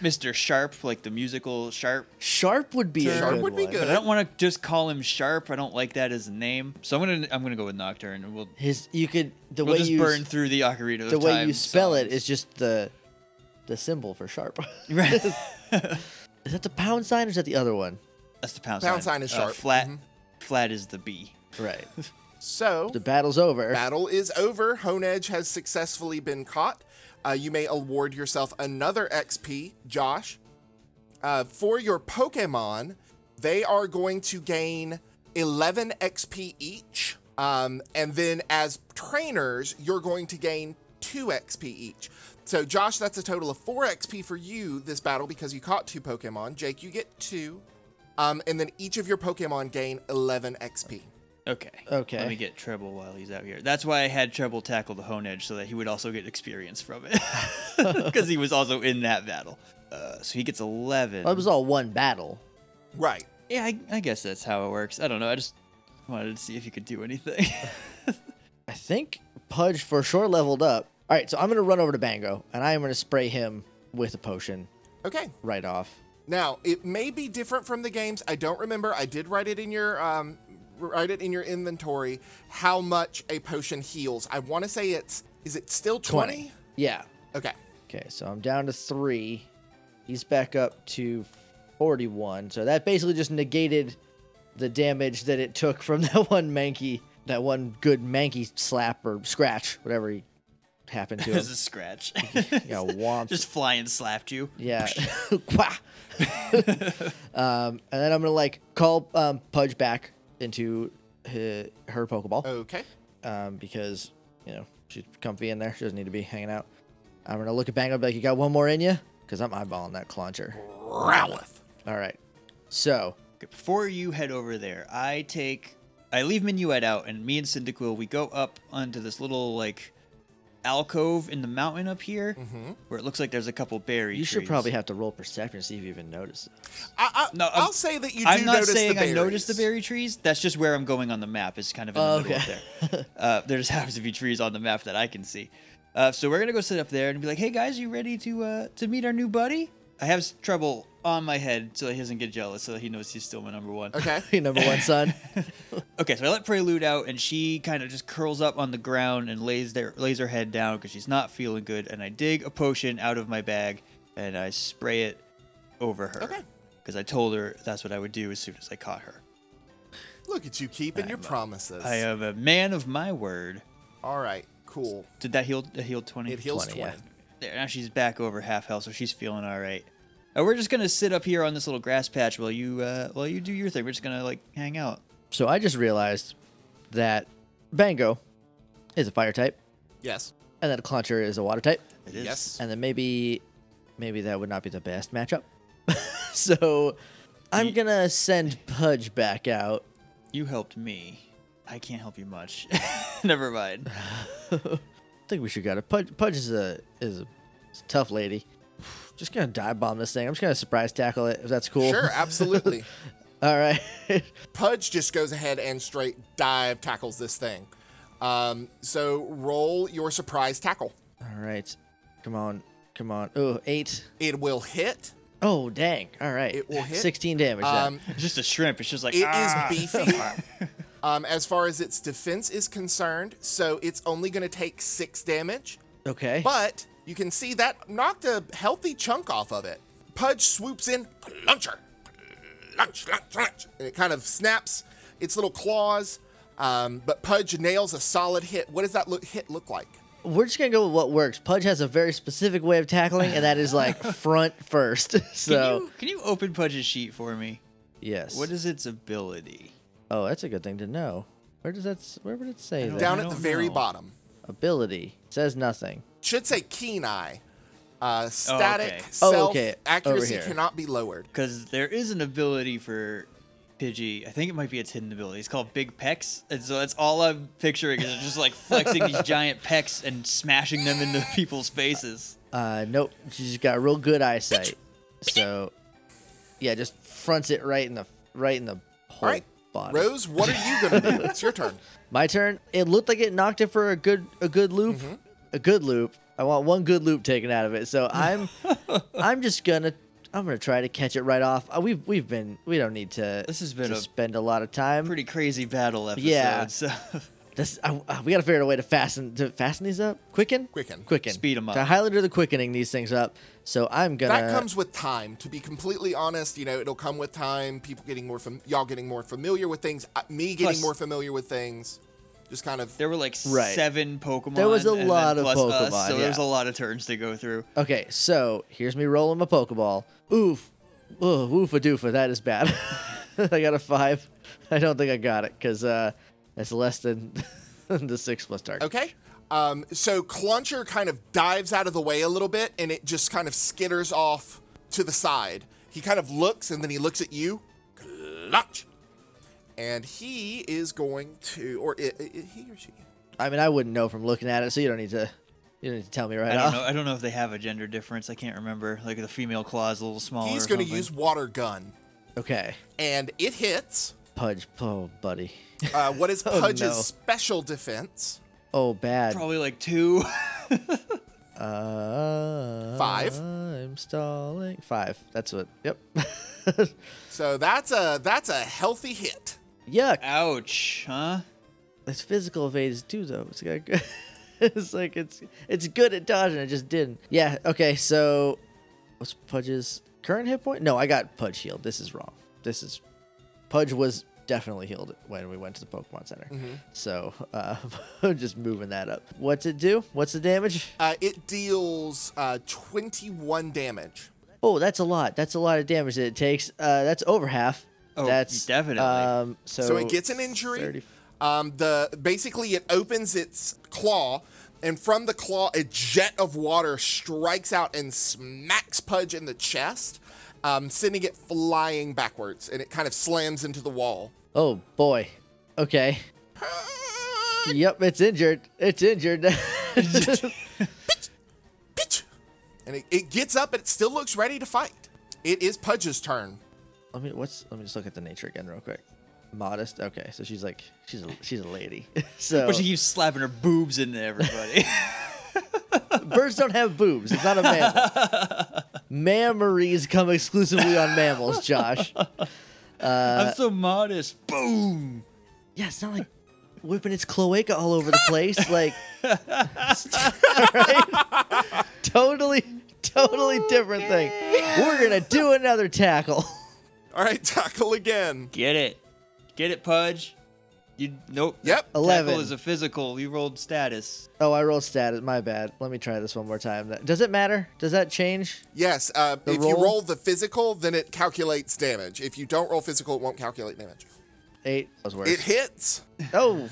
S3: Mr. Sharp, like the musical Sharp.
S2: Sharp would be a
S1: Sharp
S2: good
S1: would be
S2: one.
S1: good.
S3: But I don't want to just call him Sharp. I don't like that as a name. So I'm gonna I'm gonna go with Nocturne. and We'll
S2: His you could the
S3: we'll
S2: way
S3: just
S2: you
S3: burn through the Ocarina of
S2: the way
S3: Time
S2: you spell it
S3: songs.
S2: is just the the symbol for sharp.
S3: Right.
S2: is that the pound sign or is that the other one?
S3: that's the pound,
S1: Pound
S3: sign.
S1: sign is
S3: Uh,
S1: Sharp.
S3: flat
S1: Mhm.
S3: flat is the B.
S2: Right.
S1: so
S2: The battle's over.
S1: Battle is over. Hone Edge has successfully been caught. Uh, you may award yourself another XP, Josh. Uh, for your Pokemon, they are going to gain 11 XP each. Um, and then as trainers, you're going to gain 2 XP each. So, Josh, that's a total of 4 XP for you this battle because you caught two Pokemon. Jake, you get 2. Um, and then each of your Pokemon gain 11 XP.
S3: Okay.
S2: Okay.
S3: Let me get Treble while he's out here. That's why I had Treble tackle the Hone Edge so that he would also get experience from it. Because he was also in that battle. Uh, so he gets 11.
S2: That was all one battle.
S1: Right.
S3: yeah, I, I guess that's how it works. I don't know. I just wanted to see if you could do anything.
S2: Uh-huh. I think Pudge for sure leveled up. All right, so I'm gonna run over to Bango and I am gonna spray him with a potion
S1: Okay.
S2: right off.
S1: Now, it may be different from the games. I don't remember. I did write it in your um, write it in your inventory how much a potion heals. I want to say it's is it still 20?
S2: Yeah.
S1: Okay.
S2: Okay, so I'm down to three. He's back up to 41. So that basically just negated the damage that it took from that one Mankey, that one good Mankey slap or scratch, whatever he happened to
S3: it was
S2: him.
S3: a scratch.
S2: Yeah, womp.
S3: just flying slapped you.
S2: Yeah. Quah. um, and then I'm gonna like call um, Pudge back into her, her Pokeball
S1: Okay.
S2: um, because you know she's comfy in there. She doesn't need to be hanging out. I'm gonna look at Bango and be like, "You got one more in you?" Because I'm eyeballing that clauncher.
S1: Growlithe.
S2: All right. So
S3: Okay, Before you head over there, I take I leave Minuet out, and me and Cyndaquil we go up onto this little like alcove in the mountain up here,
S1: Mm-hmm.
S3: where it looks like there's a couple berry.
S2: you should
S3: trees.
S2: probably have to roll perception to see if you even notice. it.
S1: I, I,
S3: No, I'm-
S1: I'll say that you do
S3: I'm not
S1: notice
S3: saying
S1: the
S3: I noticed the
S1: berries.
S3: berry trees. That's just where I'm going on the map. It's kind of in the
S2: Oh,
S3: middle
S2: okay.
S3: up there. Uh, there just happens to be trees on the map that I can see. Uh, so we're gonna go sit up there and be like, "Hey guys, you ready to uh, to meet our new buddy?" I have s- trouble on my head so he doesn't get jealous, so he knows he's still my number one.
S1: Okay.
S2: Your number one son.
S3: Okay, so I let Prelude out, and she kind of just curls up on the ground and lays their lays her head down because she's not feeling good. And I dig a potion out of my bag, and I spray it over her.
S1: Okay.
S3: Because I told her that's what I would do as soon as I caught her.
S1: Look at you keeping your promises.
S3: I uh, am a man of my word.
S1: All right. Cool.
S3: Did that heal? That healed twenty.
S1: It heals
S2: 20,
S1: 20.
S2: yeah.
S3: There, now she's back over half health, so she's feeling all right. Uh, we're just gonna sit up here on this little grass patch while you uh, while you do your thing. We're just gonna like hang out.
S2: so I just realized that Bango is a fire type,
S1: Yes.
S2: and that a clauncher is a water type.
S3: It is.
S1: Yes.
S2: and then maybe maybe that would not be the best matchup. so I'm gonna send Pudge back out.
S3: You helped me. I can't help you much. Never mind.
S2: I think we should got it. Pudge, Pudge is a is a, is a tough lady. Just gonna dive bomb this thing. I'm just gonna surprise tackle it if that's cool.
S1: Sure. Absolutely.
S2: All right.
S1: Pudge just goes ahead and straight dive tackles this thing. Um, so roll your surprise tackle.
S2: All right. Come on. Come on. Oh, eight.
S1: It will hit.
S2: Oh, dang. All right.
S1: It will hit.
S2: 16 damage. then.
S1: Um,
S3: It's just a shrimp. It's just like
S1: It is
S3: ah.
S1: beefy. um, as far as its defense is concerned, so it's only going to take six damage.
S2: okay.
S1: But you can see that knocked a healthy chunk off of it. Pudge swoops in, cluncher, lunch, lunch, lunch, and it kind of snaps its little claws. Um, but Pudge nails a solid hit. What does that look, hit look like?
S2: We're just gonna go with what works. Pudge has a very specific way of tackling, and that is like front first.
S3: Can
S2: so
S3: you, can you open Pudge's sheet for me?
S2: yes.
S3: What is its ability?
S2: Oh, that's a good thing to know. Where does that? s- Where would it say that?
S1: Down
S3: I
S1: at the
S3: don't
S1: very
S3: know.
S1: bottom.
S2: Ability says nothing.
S1: should say keen eye. Uh, static
S3: Oh, okay.
S1: self
S2: Oh, okay. Over
S1: accuracy
S2: here.
S1: cannot be lowered.
S3: because there is an ability for Pidgey. I think it might be its hidden ability. It's called Big Pecs, and so that's all I'm picturing is it's just like flexing these giant pecs and smashing them into people's faces.
S2: Uh, nope, she's got real good eyesight. So, yeah, just fronts it right in the right in the whole
S1: Right.
S2: body.
S1: Rose, what are you gonna do? It's your turn.
S2: My turn. It looked like it knocked it for a good a good loop,
S3: Mm-hmm.
S2: a good loop. I want one good loop taken out of it. So I'm I'm just gonna I'm gonna try to catch it right off. Uh, We've we've been we don't need to.
S3: This has been
S2: to
S3: a
S2: spend a lot of time.
S3: Pretty crazy battle episode.
S2: Yeah.
S3: So
S2: This, I, I- we got to figure out a way to fasten to fasten these up. Quicken,
S1: Quicken.
S2: quicken.
S3: Speed 'em up.
S2: The Highlander, the quickening these things up. So I'm gonna.
S1: That comes with time. To be completely honest, you know, it'll come with time. People getting more, fam- y'all getting more familiar with things. uh, Me getting
S3: Plus-
S1: more familiar with things. Just kind of
S3: there were like
S2: Right.
S3: seven Pokemon.
S2: There was a
S3: and then
S2: lot of
S3: plus us,
S2: Pokemon,
S3: so
S2: yeah.
S3: there was a lot of turns to go through.
S2: Okay, so here's me rolling my Pokeball. Oof, oh, woofa doofa. That is bad. I got a five. I don't think I got it because uh, it's less than the six plus target.
S1: Okay. Um, so Cluncher kind of dives out of the way a little bit and it just kind of skitters off to the side. He kind of looks and then he looks at you. Clunch! And he is going to, or it, it, it- he or she.
S2: I mean, I wouldn't know from looking at it, so you don't need to. You don't need to tell me right
S3: I
S2: off.
S3: don't know. I don't know if they have a gender difference. I can't remember. Like the female claw's a little smaller.
S1: He's
S3: going to
S1: use Water Gun.
S2: Okay,
S1: And it hits.
S2: Pudge. Oh, buddy.
S1: Uh, what is
S2: Oh,
S1: Pudge's
S2: no.
S1: special defense?
S2: Oh, bad.
S3: probably like two.
S2: Uh,
S1: Five.
S2: I'm stalling. Five. That's what. Yep.
S1: So that's a that's a healthy hit.
S2: Yuck.
S3: Ouch, huh?
S2: It's physical evades too, though. It's got good. it's like it's it's good at dodging. It just didn't. Yeah. Okay. So, what's Pudge's current hit point? No, I got Pudge healed. This is wrong. This is Pudge was definitely healed when we went to the Pokemon Center.
S3: Mm-hmm.
S2: So, uh, I'm just moving that up. What's it do? What's the damage?
S1: Uh, it deals uh, 21 damage.
S2: Oh, that's a lot. That's a lot of damage that it takes. Uh, that's over half.
S3: Oh,
S2: that's
S3: definitely.
S2: Um, so,
S1: So it gets an injury.
S2: 30.
S1: Um, the basically it opens its claw, and from the claw, a jet of water strikes out and smacks Pudge in the chest, um, sending it flying backwards, and it kind of slams into the wall.
S2: Oh boy. Okay. Yep, it's injured. It's injured.
S1: Pitch! And it, it gets up, but it still looks ready to fight. It is Pudge's turn.
S2: let me what's let me just look at the nature again real quick. Modest. Okay, so she's like she's a she's a lady. So
S3: But she keeps slapping her boobs into everybody.
S2: birds don't have boobs. It's not a mammal. Mammaries come exclusively on mammals, Josh. Uh,
S3: I'm so modest. Boom.
S2: Yeah, it's not like whipping its cloaca all over the place. Like, right? totally, totally different thing. We're gonna do another tackle.
S1: All right, tackle again.
S3: Get it. Get it, Pudge. You nope.
S1: Yep.
S2: Eleven.
S3: Tackle is a physical. You rolled status.
S2: Oh, I rolled status. My bad. Let me try this one more time. That- Does it matter? Does that change?
S1: Yes. Uh, if you
S2: roll?
S1: roll the physical, then it calculates damage. If you don't roll physical, it won't calculate damage.
S2: Eight. That was worse.
S1: It hits.
S2: oh,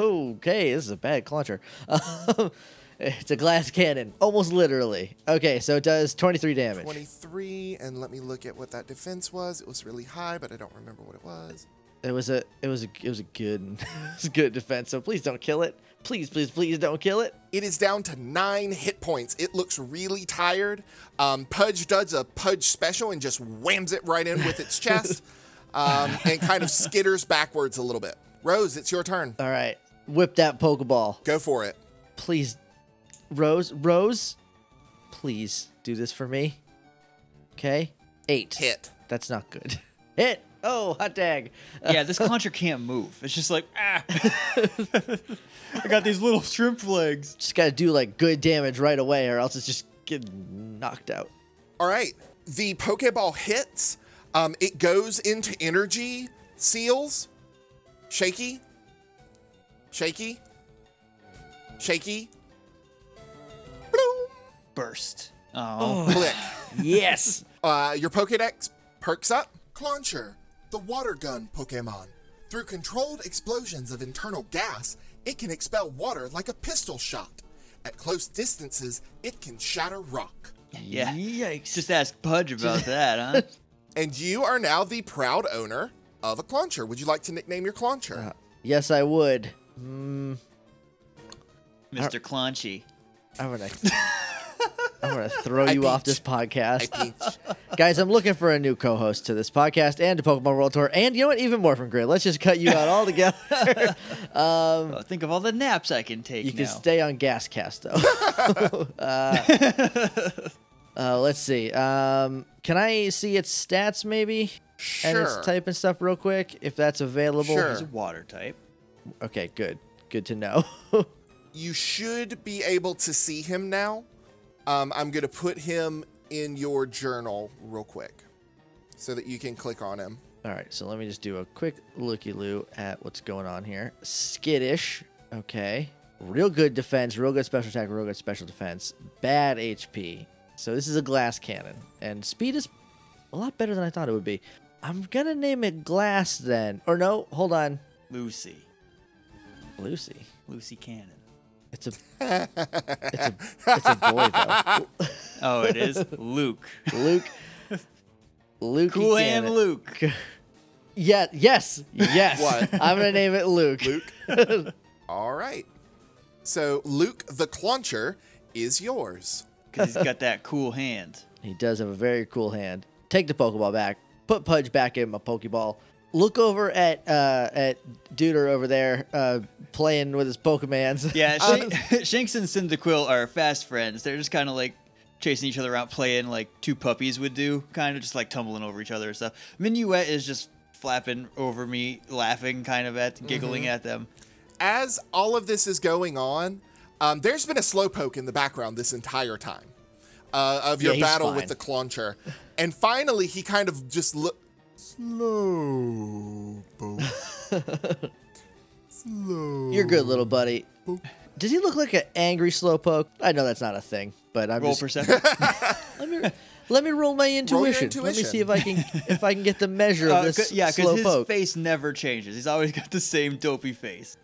S2: okay. This is a bad cluncher. Um, it's a glass cannon, almost literally. Okay, so it does 23 damage.
S1: 23 and let me look at what that defense was it was really high but i don't remember what it was
S2: It was a it was a it was a good it was a good defense. So please don't kill it. Please, please, please don't kill it.
S1: it is down to nine hit points it looks really tired um, pudge does a pudge special and just whams it right in with its chest um, and kind of skitters backwards a little bit rose it's your turn
S2: All right, whip that pokeball.
S1: go for it
S2: Please, Rose, Rose, please do this for me. Okay, eight.
S1: hit
S2: That's not good. Hit. Oh, hot dag.
S3: Yeah, this concher can't move. It's just like ah. I got these little shrimp legs.
S2: Just gotta do like good damage right away, or else it's just getting knocked out.
S1: all right the pokeball hits um, it goes into energy seals shaky shaky shaky Bloom.
S3: Burst. Oh.
S1: click.
S2: Yes.
S1: Uh, your Pokedex perks up. Clauncher, the water gun Pokemon. Through controlled explosions of internal gas, it can expel water like a pistol shot. At close distances, it can shatter rock.
S3: Yeah.
S2: Yikes.
S3: Just ask Pudge about that, huh?
S1: And you are now the proud owner of a clauncher. Would you like to nickname your
S2: Uh,
S1: clauncher?
S2: yes, I would.
S3: Mr. Claunchy.
S2: I'm gonna. I'm gonna throw you off this
S1: peeped.
S2: podcast,
S1: Peach.
S2: guys. I'm looking for a new co-host to this podcast and to Pokemon World Tour, and you know what? Even more from Grid. Let's just cut you out altogether.
S3: Oh, think of all the naps I can take
S2: You
S3: now.
S2: can stay on Gascast though. uh, uh, let's see. Um, can I see its stats maybe and
S1: sure.
S2: its type and stuff real quick if that's available?
S1: Sure.
S3: He's a water type.
S2: Okay, good. Good to know.
S1: you should be able to see him now. Um, I'm going to put him in your journal real quick so that you can click on him.
S2: All right, so let me just do a quick looky loo at what's going on here. Skittish, okay. Real good defense, real good special attack, real good special defense. Bad HP. So this is a glass cannon, and speed is a lot better than I thought it would be. I'm gonna name it Glass then, or no? Hold on,
S3: Lucy.
S2: Lucy.
S3: Lucy Cannon.
S2: It's a, it's a, it's a boy though.
S3: Oh, it is Luke.
S2: Luke, Luke.
S3: Cool hand Luke.
S2: Yeah. Yes. Yes.
S1: What?
S2: I'm gonna name it Luke.
S1: Luke. All right. So, Luke the Clauncher is yours.
S3: Because he's got that cool hand.
S2: He does have a very cool hand. Take the Pokeball back. Put Pudge back in my Pokeball. Look over at uh, at Deuter over there uh, playing with his Pokemans.
S3: Yeah, Shank- Shanks and Cyndaquil are fast friends. They're just kind of like chasing each other around, playing like two puppies would do, kind of just like tumbling over each other and stuff. Minuet is just flapping over me, laughing kind of at, giggling at them.
S1: As all of this is going on, um, there's been a slowpoke in the background this entire time uh, of your
S2: Yeah, he's
S1: battle
S2: fine.
S1: with the Clauncher. And finally, he kind of just look. Slowpoke. Slow.
S2: You're good, little buddy. Does he look like an angry Slowpoke? I know that's not a thing, but I'm
S3: Roll
S2: just
S3: perception.
S2: let me let me roll my intuition.
S1: your
S2: Let me
S1: intuition.
S2: see if I can if I can get the measure of
S3: Uh,
S2: this
S3: 'cause- yeah, because his
S2: Slowpoke.
S3: face never changes. He's always got the same dopey face.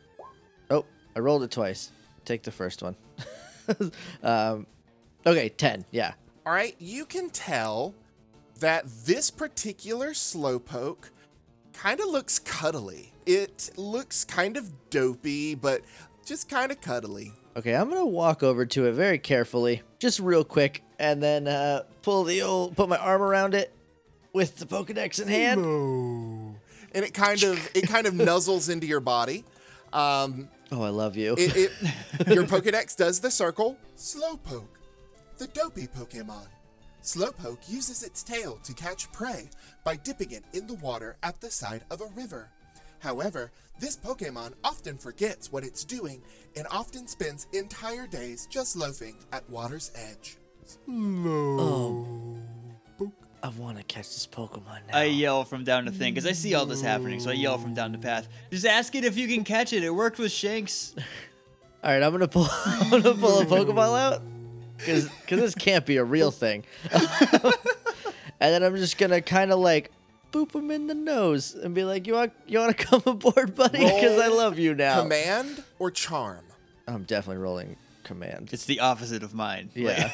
S2: oh, I rolled it twice. Take the first one. um, okay, ten. Yeah.
S1: All right, you can tell that this particular slowpoke kind of looks cuddly. It looks kind of dopey, but just kind of cuddly.
S2: Okay, I'm gonna walk over to it very carefully, just real quick, and then uh, pull the old, put my arm around it with the Pokedex in hand.
S1: Oh. And it kind of it kind of nuzzles into your body. Um,
S2: Oh, I love you.
S1: it, it your Pokedex does the circle. Slowpoke, the dopey Pokemon. Slowpoke uses its tail to catch prey by dipping it in the water at the side of a river. However, this Pokemon often forgets what it's doing and often spends entire days just loafing at water's edge.
S2: I want to catch this Pokemon now.
S3: I yell from down to thing because I see all this happening, so I yell from down to path. Just ask it if you can catch it. It worked with Shanks.
S2: All right, I'm gonna pull, I'm gonna pull a Pokeball out, because this can't be a real thing. and then I'm just gonna kind of like boop him in the nose and be like, "You want you want to come aboard, buddy? Because I
S1: Roll
S2: love you now."
S1: Command or charm?
S2: I'm definitely rolling command.
S3: It's the opposite of mine. Like-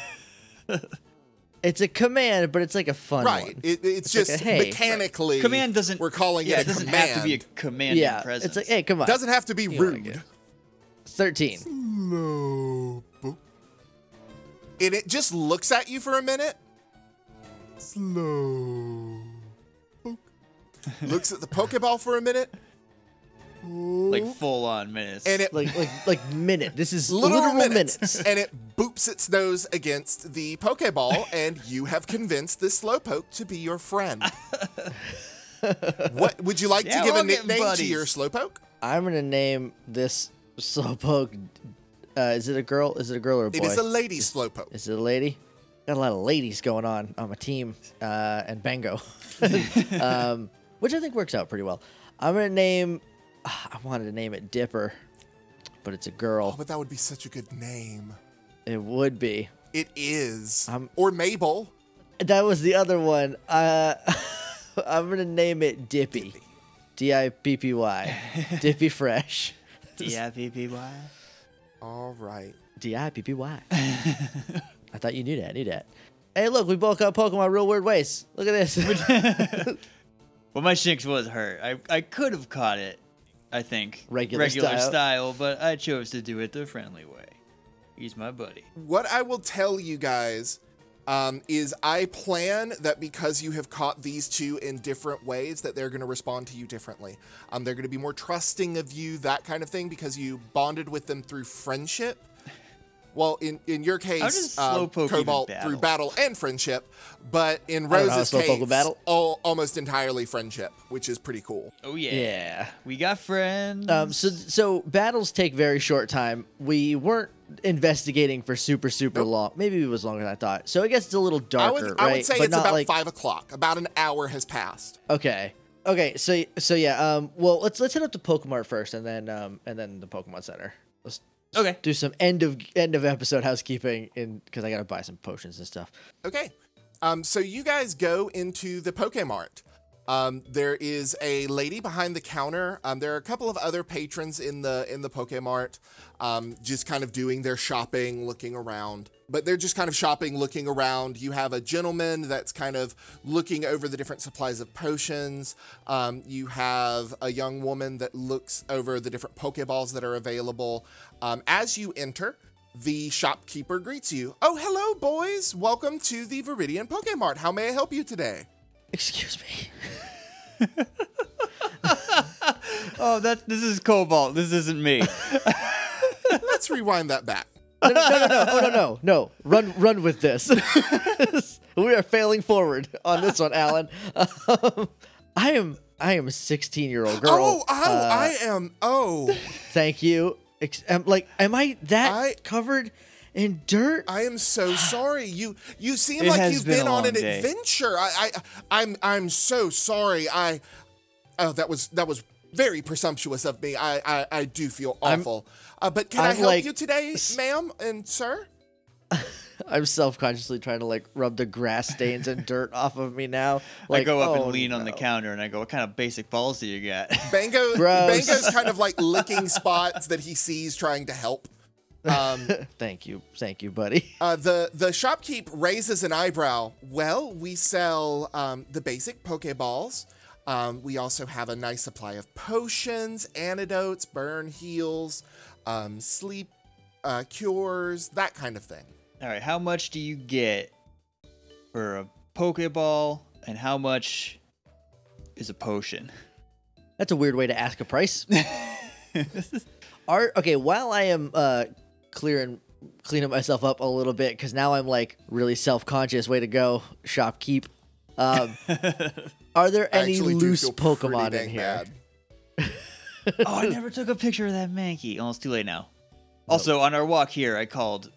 S2: Yeah. it's a command, but it's like a fun
S1: Right.
S2: one.
S1: It, it's,
S2: like a
S1: just
S2: hey.
S1: mechanically.
S3: command doesn't.
S1: We're calling
S3: yeah,
S1: it a
S3: doesn't
S1: command.
S3: have to be a commanding
S2: yeah. It's
S3: presence.
S2: like, hey, come on.
S1: doesn't have to be
S2: You like
S1: rude.
S2: it. 13.
S1: Slowpoke. And it just looks at you for a minute. Slowpoke. Looks at the Pokeball for a minute.
S3: like full on minutes.
S1: And it
S2: Like like like minute. This is
S1: literal, minutes.
S2: minutes.
S1: and it boops its nose against the Pokeball, and you have convinced this Slowpoke to be your friend. what would you like
S3: Yeah,
S1: to give
S3: we're
S1: a
S3: all getting
S1: nickname to
S3: buddies.
S1: your Slowpoke?
S2: I'm going to name this slowpoke uh, is it a girl? Is it a girl or a boy?
S1: It is a lady Slowpoke.
S2: Is it a lady? Got a lot of ladies going on on my team uh, and Bango, um, which I think works out pretty well. I'm gonna name. I wanted to name it Dipper, but it's a
S1: Oh,
S2: girl.
S1: but that would be such a good name.
S2: It would be.
S1: It is.
S2: Um,
S1: or Mabel.
S2: That was the other one. Uh, I'm gonna name it Dippy. D I P P Y. Dippy Fresh.
S3: D-I-P-P-Y.
S1: All right.
S2: D I P P Y. I thought you knew that. I knew that. Hey, look, we both got Pokemon real weird ways. Look at this.
S3: Well, my shinx was hurt. I I could have caught it, I think,
S2: Regular style.
S3: style. but I chose to do it the friendly way. He's my buddy.
S1: What I will tell you guys um, is I plan that because you have caught these two in different ways, that they're going to respond to you differently. Um, they're going to be more trusting of you, that kind of thing, because you bonded with them through friendship. Well, in, in your case,
S3: does
S1: um,
S3: Slowpoke even
S1: Cobalt
S3: battle?
S1: through battle and friendship, but in
S2: don't know
S1: Rose's
S2: how Slowpoke
S1: case,
S2: will battle.
S1: all, almost entirely friendship, which is pretty cool.
S3: Oh yeah.
S2: Yeah.
S3: We got friends.
S2: Um, so so battles take very short time. We weren't investigating for super super long. Maybe it was longer than I thought. So I guess it's a little
S1: I
S2: darker,
S1: would,
S2: right?
S1: I would say
S2: But
S1: it's
S2: not
S1: about
S2: like-
S1: five o'clock. About an hour has passed.
S2: Okay. Okay. So so yeah. Um. Well, let's let's hit up the Pokemon first, and then um and then the Pokemon Center. Let's
S3: okay.
S2: do some end of end of episode housekeeping, in because I gotta buy some potions and stuff.
S1: Okay. Um, so you guys go into the Pokemart. Um, there is a lady behind the counter. Um, there are a couple of other patrons in the in the Pokemart, um, just kind of doing their shopping, looking around. But they're just kind of shopping, looking around. You have a gentleman that's kind of looking over the different supplies of potions. Um, you have a young woman that looks over the different Pokeballs that are available. Um, as you enter, the shopkeeper greets you. Oh, hello, boys. Welcome to the Viridian Pokemart. How may I help you today?
S2: Excuse me.
S3: Oh, that this is Cobalt. This isn't me.
S1: Let's rewind that back.
S2: No no no no no oh, no no no. Run run with this. we are failing forward on this one, Alan. Um, I am I am a sixteen year old girl.
S1: oh, oh,
S2: Uh,
S1: I am. Oh,
S2: Thank you. Ex- I'm like, am I that
S1: I-
S2: covered in dirt?
S1: I am so sorry. You you seem
S3: It
S1: like
S3: has
S1: you've
S3: been
S1: been,
S3: a
S1: on
S3: long
S1: an
S3: day.
S1: adventure. I, I I'm I'm so sorry. I oh that was that was very presumptuous of me. I I, I do feel awful. uh, but can i
S2: I'm
S1: help
S2: like-
S1: you today, ma'am and sir?
S2: I'm self consciously trying to like rub the grass stains and dirt off of me now. Like,
S3: I go up
S2: oh,
S3: and lean on the
S2: no.
S3: counter and I go, "What kind of basic balls do you got?"
S1: Bango
S2: Gross.
S1: Bango's kind of like licking spots that he sees trying to help. Um,
S2: Thank you, thank you, buddy.
S1: Uh, the the shopkeep raises an eyebrow. Well, we sell um, the basic pokeballs. Um, we also have a nice supply of potions, antidotes, burn heals, um, sleep uh, cures, that kind of thing.
S3: All right, how much do you get for a Pokeball, and how much is a potion?
S2: That's a weird way to ask a price. Are okay. While I am uh, clearing, cleaning myself up a little bit because now I'm like really self conscious. Way to go, shopkeep. Um, are there
S1: I
S2: any
S1: actually do
S2: loose
S1: feel pretty
S2: Pokemon in
S1: dang
S2: here?
S1: bad.
S3: oh, I never took a picture of that Mankey. Oh, it's too late now. Also, on our walk here, I called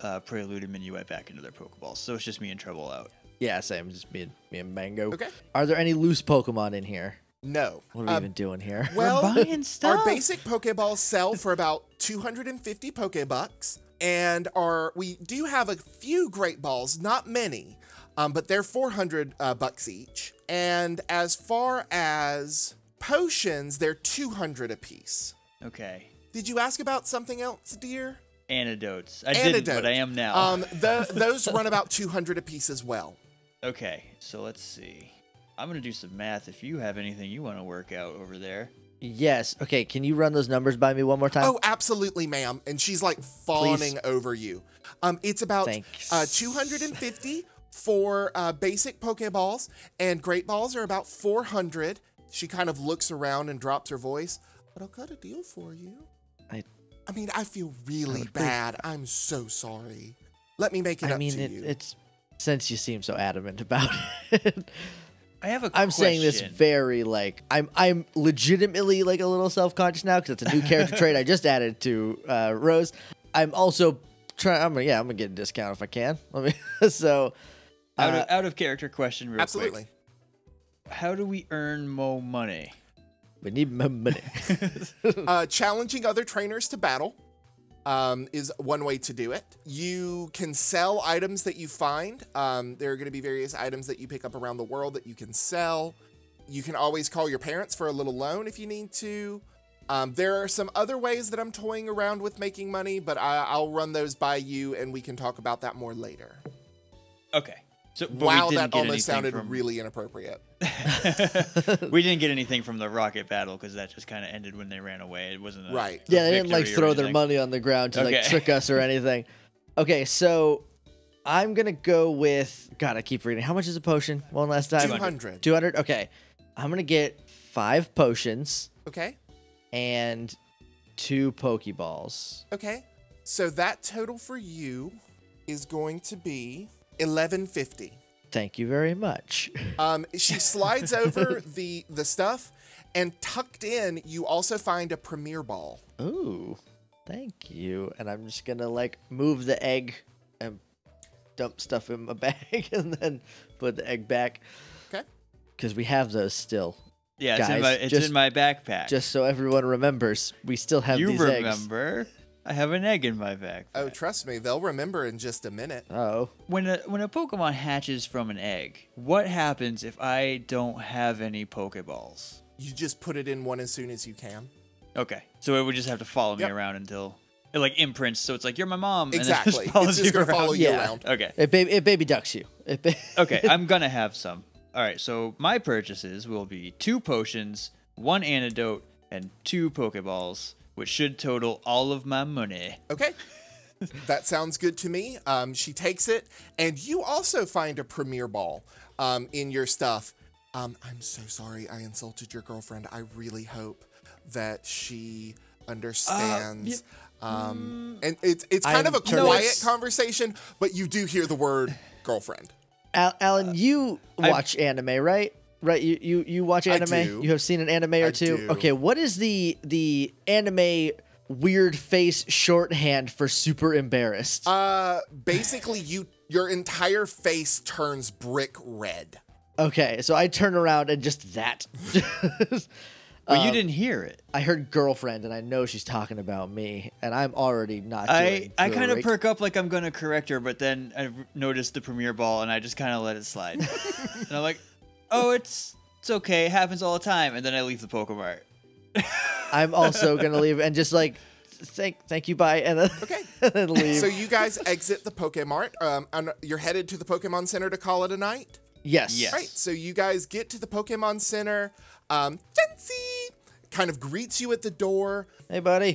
S3: uh, Prelude and Minuet back into their Pokeballs, so it's just me and Treble out.
S2: Yeah, same. Just me and, me and Mango.
S1: Okay.
S2: Are there any loose Pokemon in here?
S1: No.
S2: What are we
S1: Um,
S2: even doing here?
S1: well,
S3: buying stuff.
S1: Our basic Pokeballs sell for about 250 Pokebucks, and our we do have a few Great Balls, not many, um, but they're 400 uh, bucks each. And as far as potions, they're 200 apiece.
S3: Okay.
S1: Did you ask about something else, dear?
S3: Antidotes. I didn't,
S1: Antidote.
S3: but I am now.
S1: Um, tho- those run about 200 apiece as well.
S3: okay, so let's see. I'm gonna do some math. If you have anything you want to work out over there,
S2: Yes. Okay. Can you run those numbers by me one more time?
S1: Oh, absolutely, ma'am. And she's like fawning over you. Um, it's about
S2: Thanks.
S1: uh, 250 for uh, basic Pokeballs, and Great Balls are about 400. She kind of looks around and drops her voice. But I'll cut a deal for you.
S2: I,
S1: I mean, I feel really bad. I'm so sorry. Let me make it
S2: Oh, I
S1: up
S2: mean,
S1: to
S2: it,
S1: you.
S2: it's since you seem so adamant about it.
S3: I have a.
S2: I'm saying this
S3: question.
S2: very like I'm I'm legitimately like a little self conscious now because it's a new character trait I just added to uh, Rose. I'm also trying. I'm gonna yeah I'm gonna get a discount if I can. Let me. so
S3: out, of, out of character question, real
S1: Absolutely.
S3: quick. How do we earn mo money?
S2: we need my money.
S1: uh, challenging other trainers to battle um, is one way to do it. You can sell items that you find. Um, there are going to be various items that you pick up around the world that you can sell. You can always call your parents for a little loan if you need to. Um, there are some other ways that I'm toying around with making money, but I, I'll run those by you and we can talk about that more later.
S3: Okay. So, but
S1: wow,
S3: we didn't
S1: that
S3: get
S1: almost
S3: anything
S1: sounded
S3: from,
S1: really inappropriate.
S3: we didn't get anything from the rocket battle because that just kind of ended when they ran away. It wasn't a,
S1: Right.
S3: a
S2: Yeah, they didn't like
S3: victory or
S2: throw their
S3: anything.
S2: money on the ground to like
S3: Okay.
S2: trick us or anything. Okay, so I'm gonna go with God. I keep reading. How much is a potion? One last time.
S1: 200.
S2: Two hundred. Okay, I'm gonna get five potions
S1: Okay.
S2: and two pokeballs.
S1: Okay. So that total for you is going to be 1150.
S2: Thank you very much.
S1: Um, she slides over the the stuff, and tucked in, you also find a premiere ball.
S2: Ooh, thank you. And I'm just gonna like move the egg and dump stuff in my bag and then put the egg back
S1: Okay.
S2: because we have those still.
S3: Yeah, it's,
S2: Guys,
S3: in, my, it's
S2: just-
S3: in my backpack.
S2: Just so everyone remembers, we still have
S3: you
S2: these eggs.
S3: remember? I have an egg in my backpack.
S1: Oh, trust me, they'll remember in just a minute.
S2: Oh,
S3: when a when a Pokemon hatches from an egg, what happens if I don't have any Pokeballs?
S1: You just put it in one as soon as you can.
S3: Okay, so it would just have to follow me
S1: Yep.
S3: around until it like imprints. So it's like you're my mom.
S1: Exactly.
S3: And it just
S1: It's
S3: follows
S1: just
S3: you
S1: gonna follow
S3: around.
S1: you
S2: Yeah.
S1: around.
S3: Okay.
S2: it, ba- it baby ducks you. It ba-
S3: Okay. I'm gonna have some. All right. So my purchases will be two potions, one antidote, and two Pokeballs, which should total all of my money.
S1: Okay. that sounds good to me. Um, she takes it, and you also find a premiere ball um, in your stuff. Um, I'm so sorry I insulted your girlfriend. I really hope that she understands. um, and it's it's kind of
S2: I'm
S1: a quiet
S2: curious.
S1: conversation, but you do hear the word girlfriend.
S2: Al-
S1: Uh,
S2: Alan, you
S3: I-
S2: watch anime, right? Right, you, you you watch anime.
S1: do.
S2: You have seen an anime or two.
S1: do.
S2: Okay, what is the the anime weird face shorthand for super embarrassed?
S1: Uh, basically, you your entire face turns brick red.
S2: Okay, so I turn around and just that.
S3: But
S2: Um,
S3: you didn't hear it.
S2: I heard girlfriend, and I know she's talking about me, and I'm already not.
S3: I,
S2: Doing
S3: I kind of
S2: great.
S3: perk up like I'm gonna correct her, but then I noticed the premiere ball and I just kind of let it slide. and I'm like, oh, it's it's okay, it happens all the time. And then I leave the Pokemon.
S2: I'm also gonna leave and just like thank thank you bye and then,
S1: Okay.
S2: and then leave.
S1: So you guys exit the Pokemart. Um, and you're headed to the Pokemon Center to call it a night.
S2: yes.
S3: Yes.
S1: Right. So you guys get to the Pokemon Center. Um, Chansey kind of greets you at the door.
S2: Hey buddy.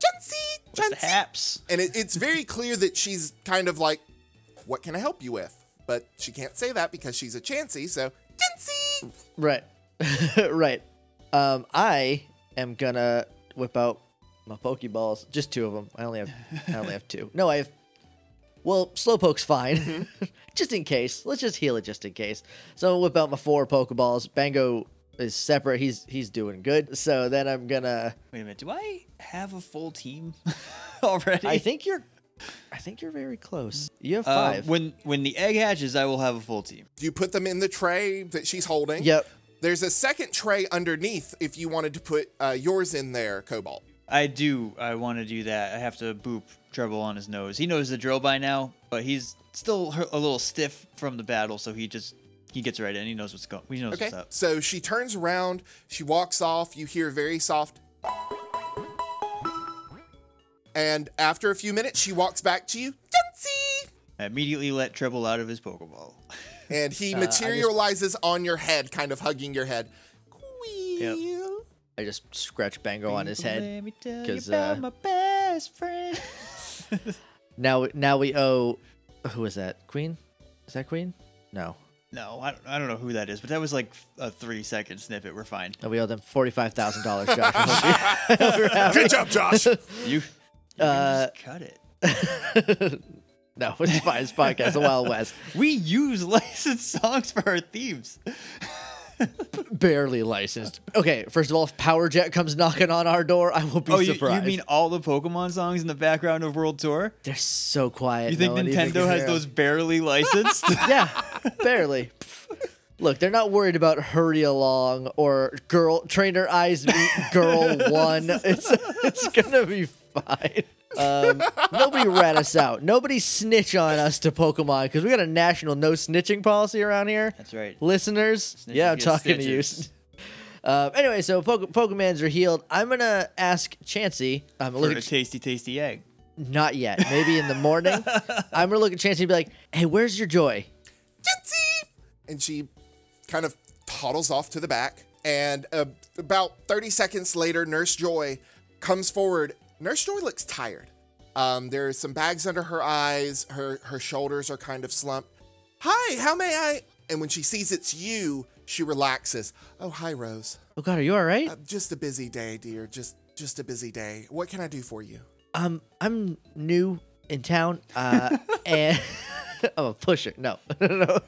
S1: Chansey,
S3: What's the
S1: Chansey.
S3: haps?
S1: And it, it's very clear that she's kind of like, "What can I help you with?" But she can't say that because she's a Chansey. So Chansey.
S2: Right. right. Um, I am gonna whip out my Pokeballs, just two of them. I only have I only have two. No, I have. Well, Slowpoke's fine, just in case. Let's just heal it, just in case. So I'm gonna whip out my four Pokeballs. Bango is separate. He's he's doing good. So then I'm gonna.
S3: Wait a minute, do I have a full team already?
S2: I think you're. I think you're very close. You have
S3: Uh,
S2: five.
S3: when when the egg hatches, I will have a full team.
S1: You put them in the tray that she's holding.
S2: Yep.
S1: There's a second tray underneath if you wanted to put uh, yours in there, Cobalt.
S3: I do. I want to do that. I have to boop Treble on his nose. He knows the drill by now, but he's still hu- a little stiff from the battle, so he just he gets right in. He knows what's going. He knows
S1: Okay.
S3: what's up.
S1: So she turns around, she walks off, you hear very soft. And after a few minutes, she walks back to you. Dempsey!
S3: I immediately let Treble out of his Pokeball.
S1: And he materializes on your head, kind of hugging your head. Queel.
S2: I just scratch Bango on his head.
S3: Let me tell
S2: 'cause,
S3: you about
S2: uh,
S3: my best friend.
S2: Now, now we owe. Who is that? Queen? Is that Queen? No.
S3: no, I don't, I don't know who that is, but that was like a three second snippet. We're fine.
S2: No, we owe them forty-five thousand dollars, Josh. I hope you're- I hope
S1: Good job, Josh.
S3: You, you
S2: Uh,
S3: can just cut it.
S2: you're- no, it's fine. It's podcast, the Wild West.
S3: We use licensed songs for our themes.
S2: Barely licensed. Okay, first of all, if Power Jet comes knocking on our door, I will be
S3: Oh, you, you
S2: surprised.
S3: mean all the Pokemon songs in the background of World Tour?
S2: they're so quiet?
S3: You think
S2: no one even
S3: Nintendo has
S2: cares.
S3: those barely licensed?
S2: Yeah, barely. Pff. Look, they're not worried about hurry along or girl trainer eyes meet girl one. It's it's gonna be fine. Um, nobody rat us out. Nobody snitch on us to Pokemon because we got a national no snitching policy around here.
S3: That's right.
S2: Listeners,
S3: Snitches
S2: yeah, I'm
S3: get
S2: talking to you.
S3: stitches.
S2: Uh, anyway, so Poke- Pokemans are healed. I'm gonna ask Chansey. um, I'm
S3: For a
S2: looking
S3: tasty, tasty egg.
S2: not yet. Maybe in the morning. I'm gonna look at Chansey and be like, "Hey, where's your joy?"
S1: Tootsie! And she kind of toddles off to the back. And uh, about 30 seconds later, Nurse Joy comes forward. Nurse Joy looks tired. Um, there are some bags under her eyes. Her her shoulders are kind of slumped. Hi, how may I? And when she sees it's you, she relaxes. Oh, hi, Rose.
S2: Oh God, are you all right?
S1: Uh, just a busy day, dear. Just just a busy day. What can I do for you?
S2: Um, I'm new in town, uh, and I'm a pusher. No, no, no. no.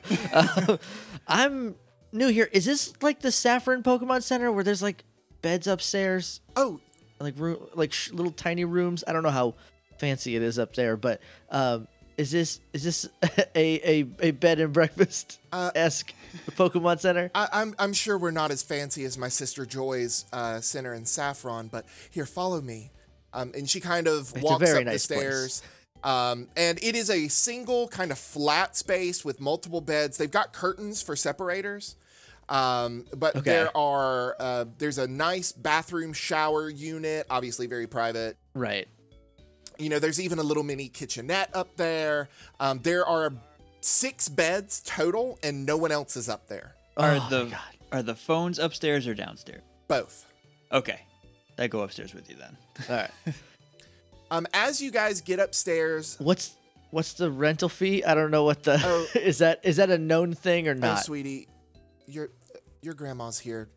S2: Um, I'm new here. Is this like the Saffron Pokemon Center where there's like beds upstairs,
S1: Oh,
S2: like room, like sh- little tiny rooms? I don't know how fancy it is up there, but um, is this is this a a, a bed and breakfast esque Pokemon Center?
S1: Uh, I, I'm I'm sure we're not as fancy as my sister Joy's uh, center in Saffron, but here, follow me. Um, and she kind of
S2: a
S1: walks
S2: very
S1: up the
S2: nice place.
S1: stairs. Um, and it is a single kind of flat space with multiple beds. They've got curtains for separators. Um, but
S2: Okay.
S1: there are uh, there's a nice bathroom shower unit, obviously very private.
S2: Right.
S1: You know, there's even a little mini kitchenette up there. Um, there are six beds total, and no one else is up there.
S3: Are
S2: Oh my
S3: the
S2: God.
S3: are the phones upstairs or downstairs?
S1: Both.
S3: Okay, I go upstairs with you then.
S2: All right.
S1: Um, as you guys get upstairs,
S2: What's what's the rental fee? I don't know what the
S1: Oh.
S2: is that is that a known thing or
S1: oh,
S2: not?
S1: sweetie, your your grandma's here.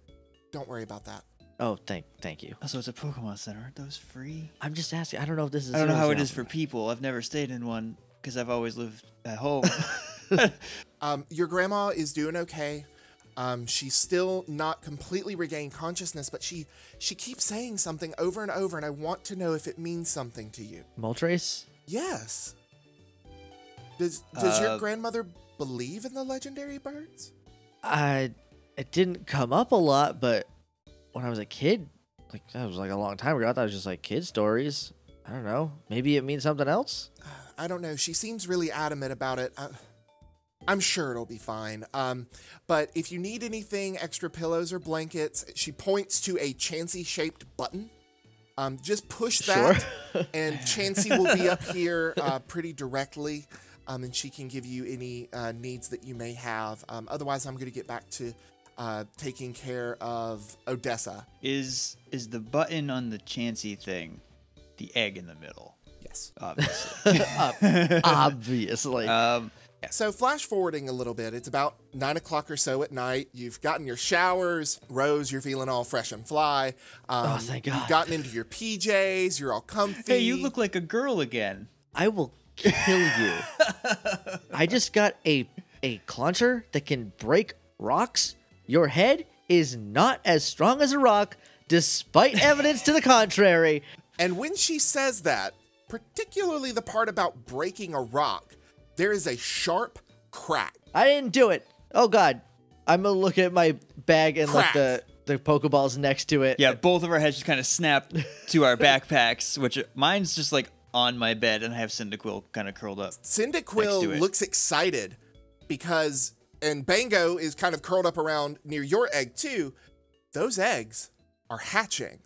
S1: Don't worry about that.
S2: Oh, thank thank you.
S3: Also, it's a Pokemon Center. Aren't those free?
S2: I'm just asking. I don't know if this is.
S3: I don't know
S2: Xero's
S3: how it
S2: now.
S3: is for people. I've never stayed in one because I've always lived at home.
S1: Um, your grandma is doing okay. Um, she's still not completely regained consciousness, but she she keeps saying something over and over, and I want to know if it means something to you.
S2: Moltres.
S1: Yes. Does does
S3: Uh,
S1: your grandmother believe in the legendary birds?
S2: I it didn't come up a lot, but when I was a kid, like that was like a long time ago. I thought it was just like kid stories. I don't know. Maybe it means something else.
S1: I don't know. She seems really adamant about it. I, I'm sure it'll be fine. Um, but if you need anything, extra pillows or blankets, she points to a Chansey shaped button. Um, just push that, and Chansey will be up here uh, pretty directly, um, and she can give you any uh, needs that you may have. Um, otherwise, I'm going to get back to uh, taking care of Odessa.
S3: is is the button on the Chansey thing the egg in the middle?
S1: Yes.
S3: Obviously.
S2: Obviously.
S3: um,
S1: So, flash forwarding a little bit, it's about nine o'clock or so at night. You've gotten your showers, Rose, you're feeling all fresh and fly. Um,
S2: Oh, thank
S1: You've
S2: God.
S1: gotten into your PJs, you're all comfy.
S3: hey, you look like a girl again.
S2: I will kill you. I just got a a cluncher that can break rocks. Your head is not as strong as a rock, despite evidence to the contrary.
S1: And when she says that, particularly the part about breaking a rock, there is a sharp crack.
S2: I didn't do it. Oh God, I'm gonna look at my bag and like
S1: Crack.
S2: the the pokeballs next to it.
S3: Yeah, both of our heads just kind of snapped to our backpacks, which uh, mine's just like on my bed, and I have Cyndaquil kind of curled up. Next to
S1: Cyndaquil
S3: it.
S1: looks excited because, and Bango is kind of curled up around near your egg too. Those eggs are hatching.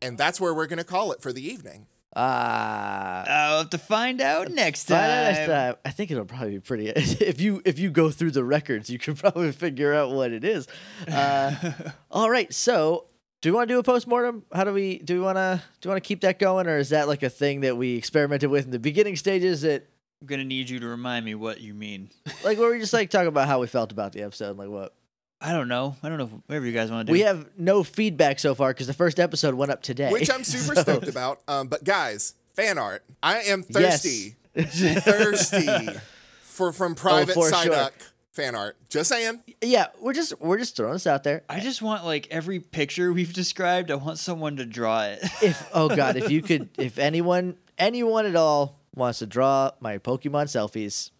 S1: And that's where we're going to call it for the evening.
S2: Ah.
S3: I'll have to find out next
S2: By
S3: time.
S2: the next time, I think it'll probably be pretty. If you if you go through the records, you can probably figure out what it is. Uh, all right, so do we want to do a postmortem? How do we do? We want to do we want to keep that going, or is that like a thing that we experimented with in the beginning stages? That
S3: I'm gonna need you to remind me what you mean.
S2: like where we just like talking about how we felt about the episode, like what
S3: I don't know. I don't know. If, whatever you guys want to do.
S2: we have no feedback so far because the first episode went up today,
S1: which I'm super
S2: So-
S1: stoked about. Um, but guys, fan art, I am thirsty, thirsty for from private
S2: Oh, for
S1: Psyduck
S2: sure.
S1: fan art. Just saying,
S2: Yeah, we're just we're just throwing this out there.
S3: I just want like every picture we've described. I want someone to draw it.
S2: if oh god, if you could, if anyone, anyone at all wants to draw my Pokemon selfies,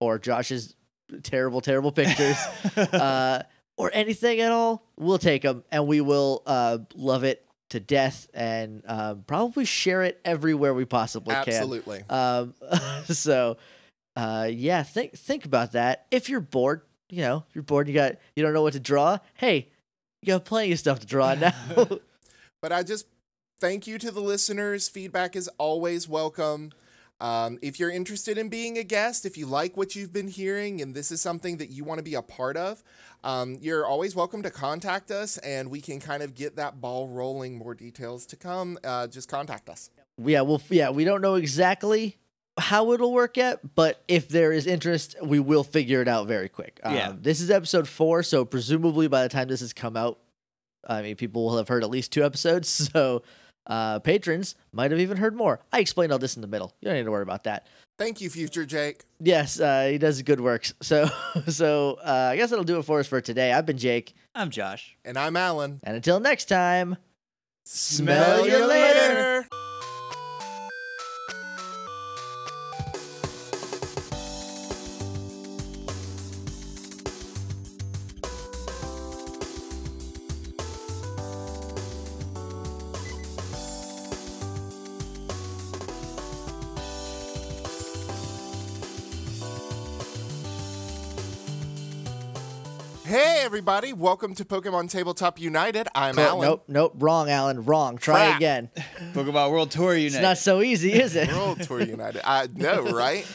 S2: or Josh's terrible, terrible pictures, uh, or anything at all, we'll take them and we will uh, love it to death and uh, probably share it everywhere we possibly can.
S1: absolutely.
S2: Um, so, uh, yeah, think think about that. If you're bored, you know, if you're bored, you got you don't know what to draw. Hey, You got plenty of stuff to draw now.
S1: But I just thank you to the listeners. Feedback is always welcome. Um, if you're interested in being a guest, if you like what you've been hearing and this is something that you want to be a part of, um, you're always welcome to contact us and we can kind of get that ball rolling. More details to come. Uh, just contact us.
S2: yeah, well, yeah, we don't know exactly how it'll work yet, but if there is interest, we will figure it out very quick. Um,
S3: Yeah.
S2: This is episode four, so presumably by the time this has come out, I mean, people will have heard at least two episodes, so uh, patrons might have even heard more. I explained all this in the middle. You don't need to worry about that.
S1: Thank you, future Jake.
S2: Yes, uh, he does good works. So, so uh, I guess that'll do it for us for today. I've been Jake,
S3: I'm Josh.
S1: And I'm Alan.
S2: and until next time.
S1: Smell,
S2: you later.
S1: Hey, everybody. Welcome to Pokemon Tabletop United. I'm
S2: Oh,
S1: Alan.
S2: Nope, nope, wrong, Alan, wrong. Try
S1: Crap.
S2: again.
S3: Pokemon World Tour Unite.
S2: It's not so easy, is it?
S1: World Tour United. I know, right?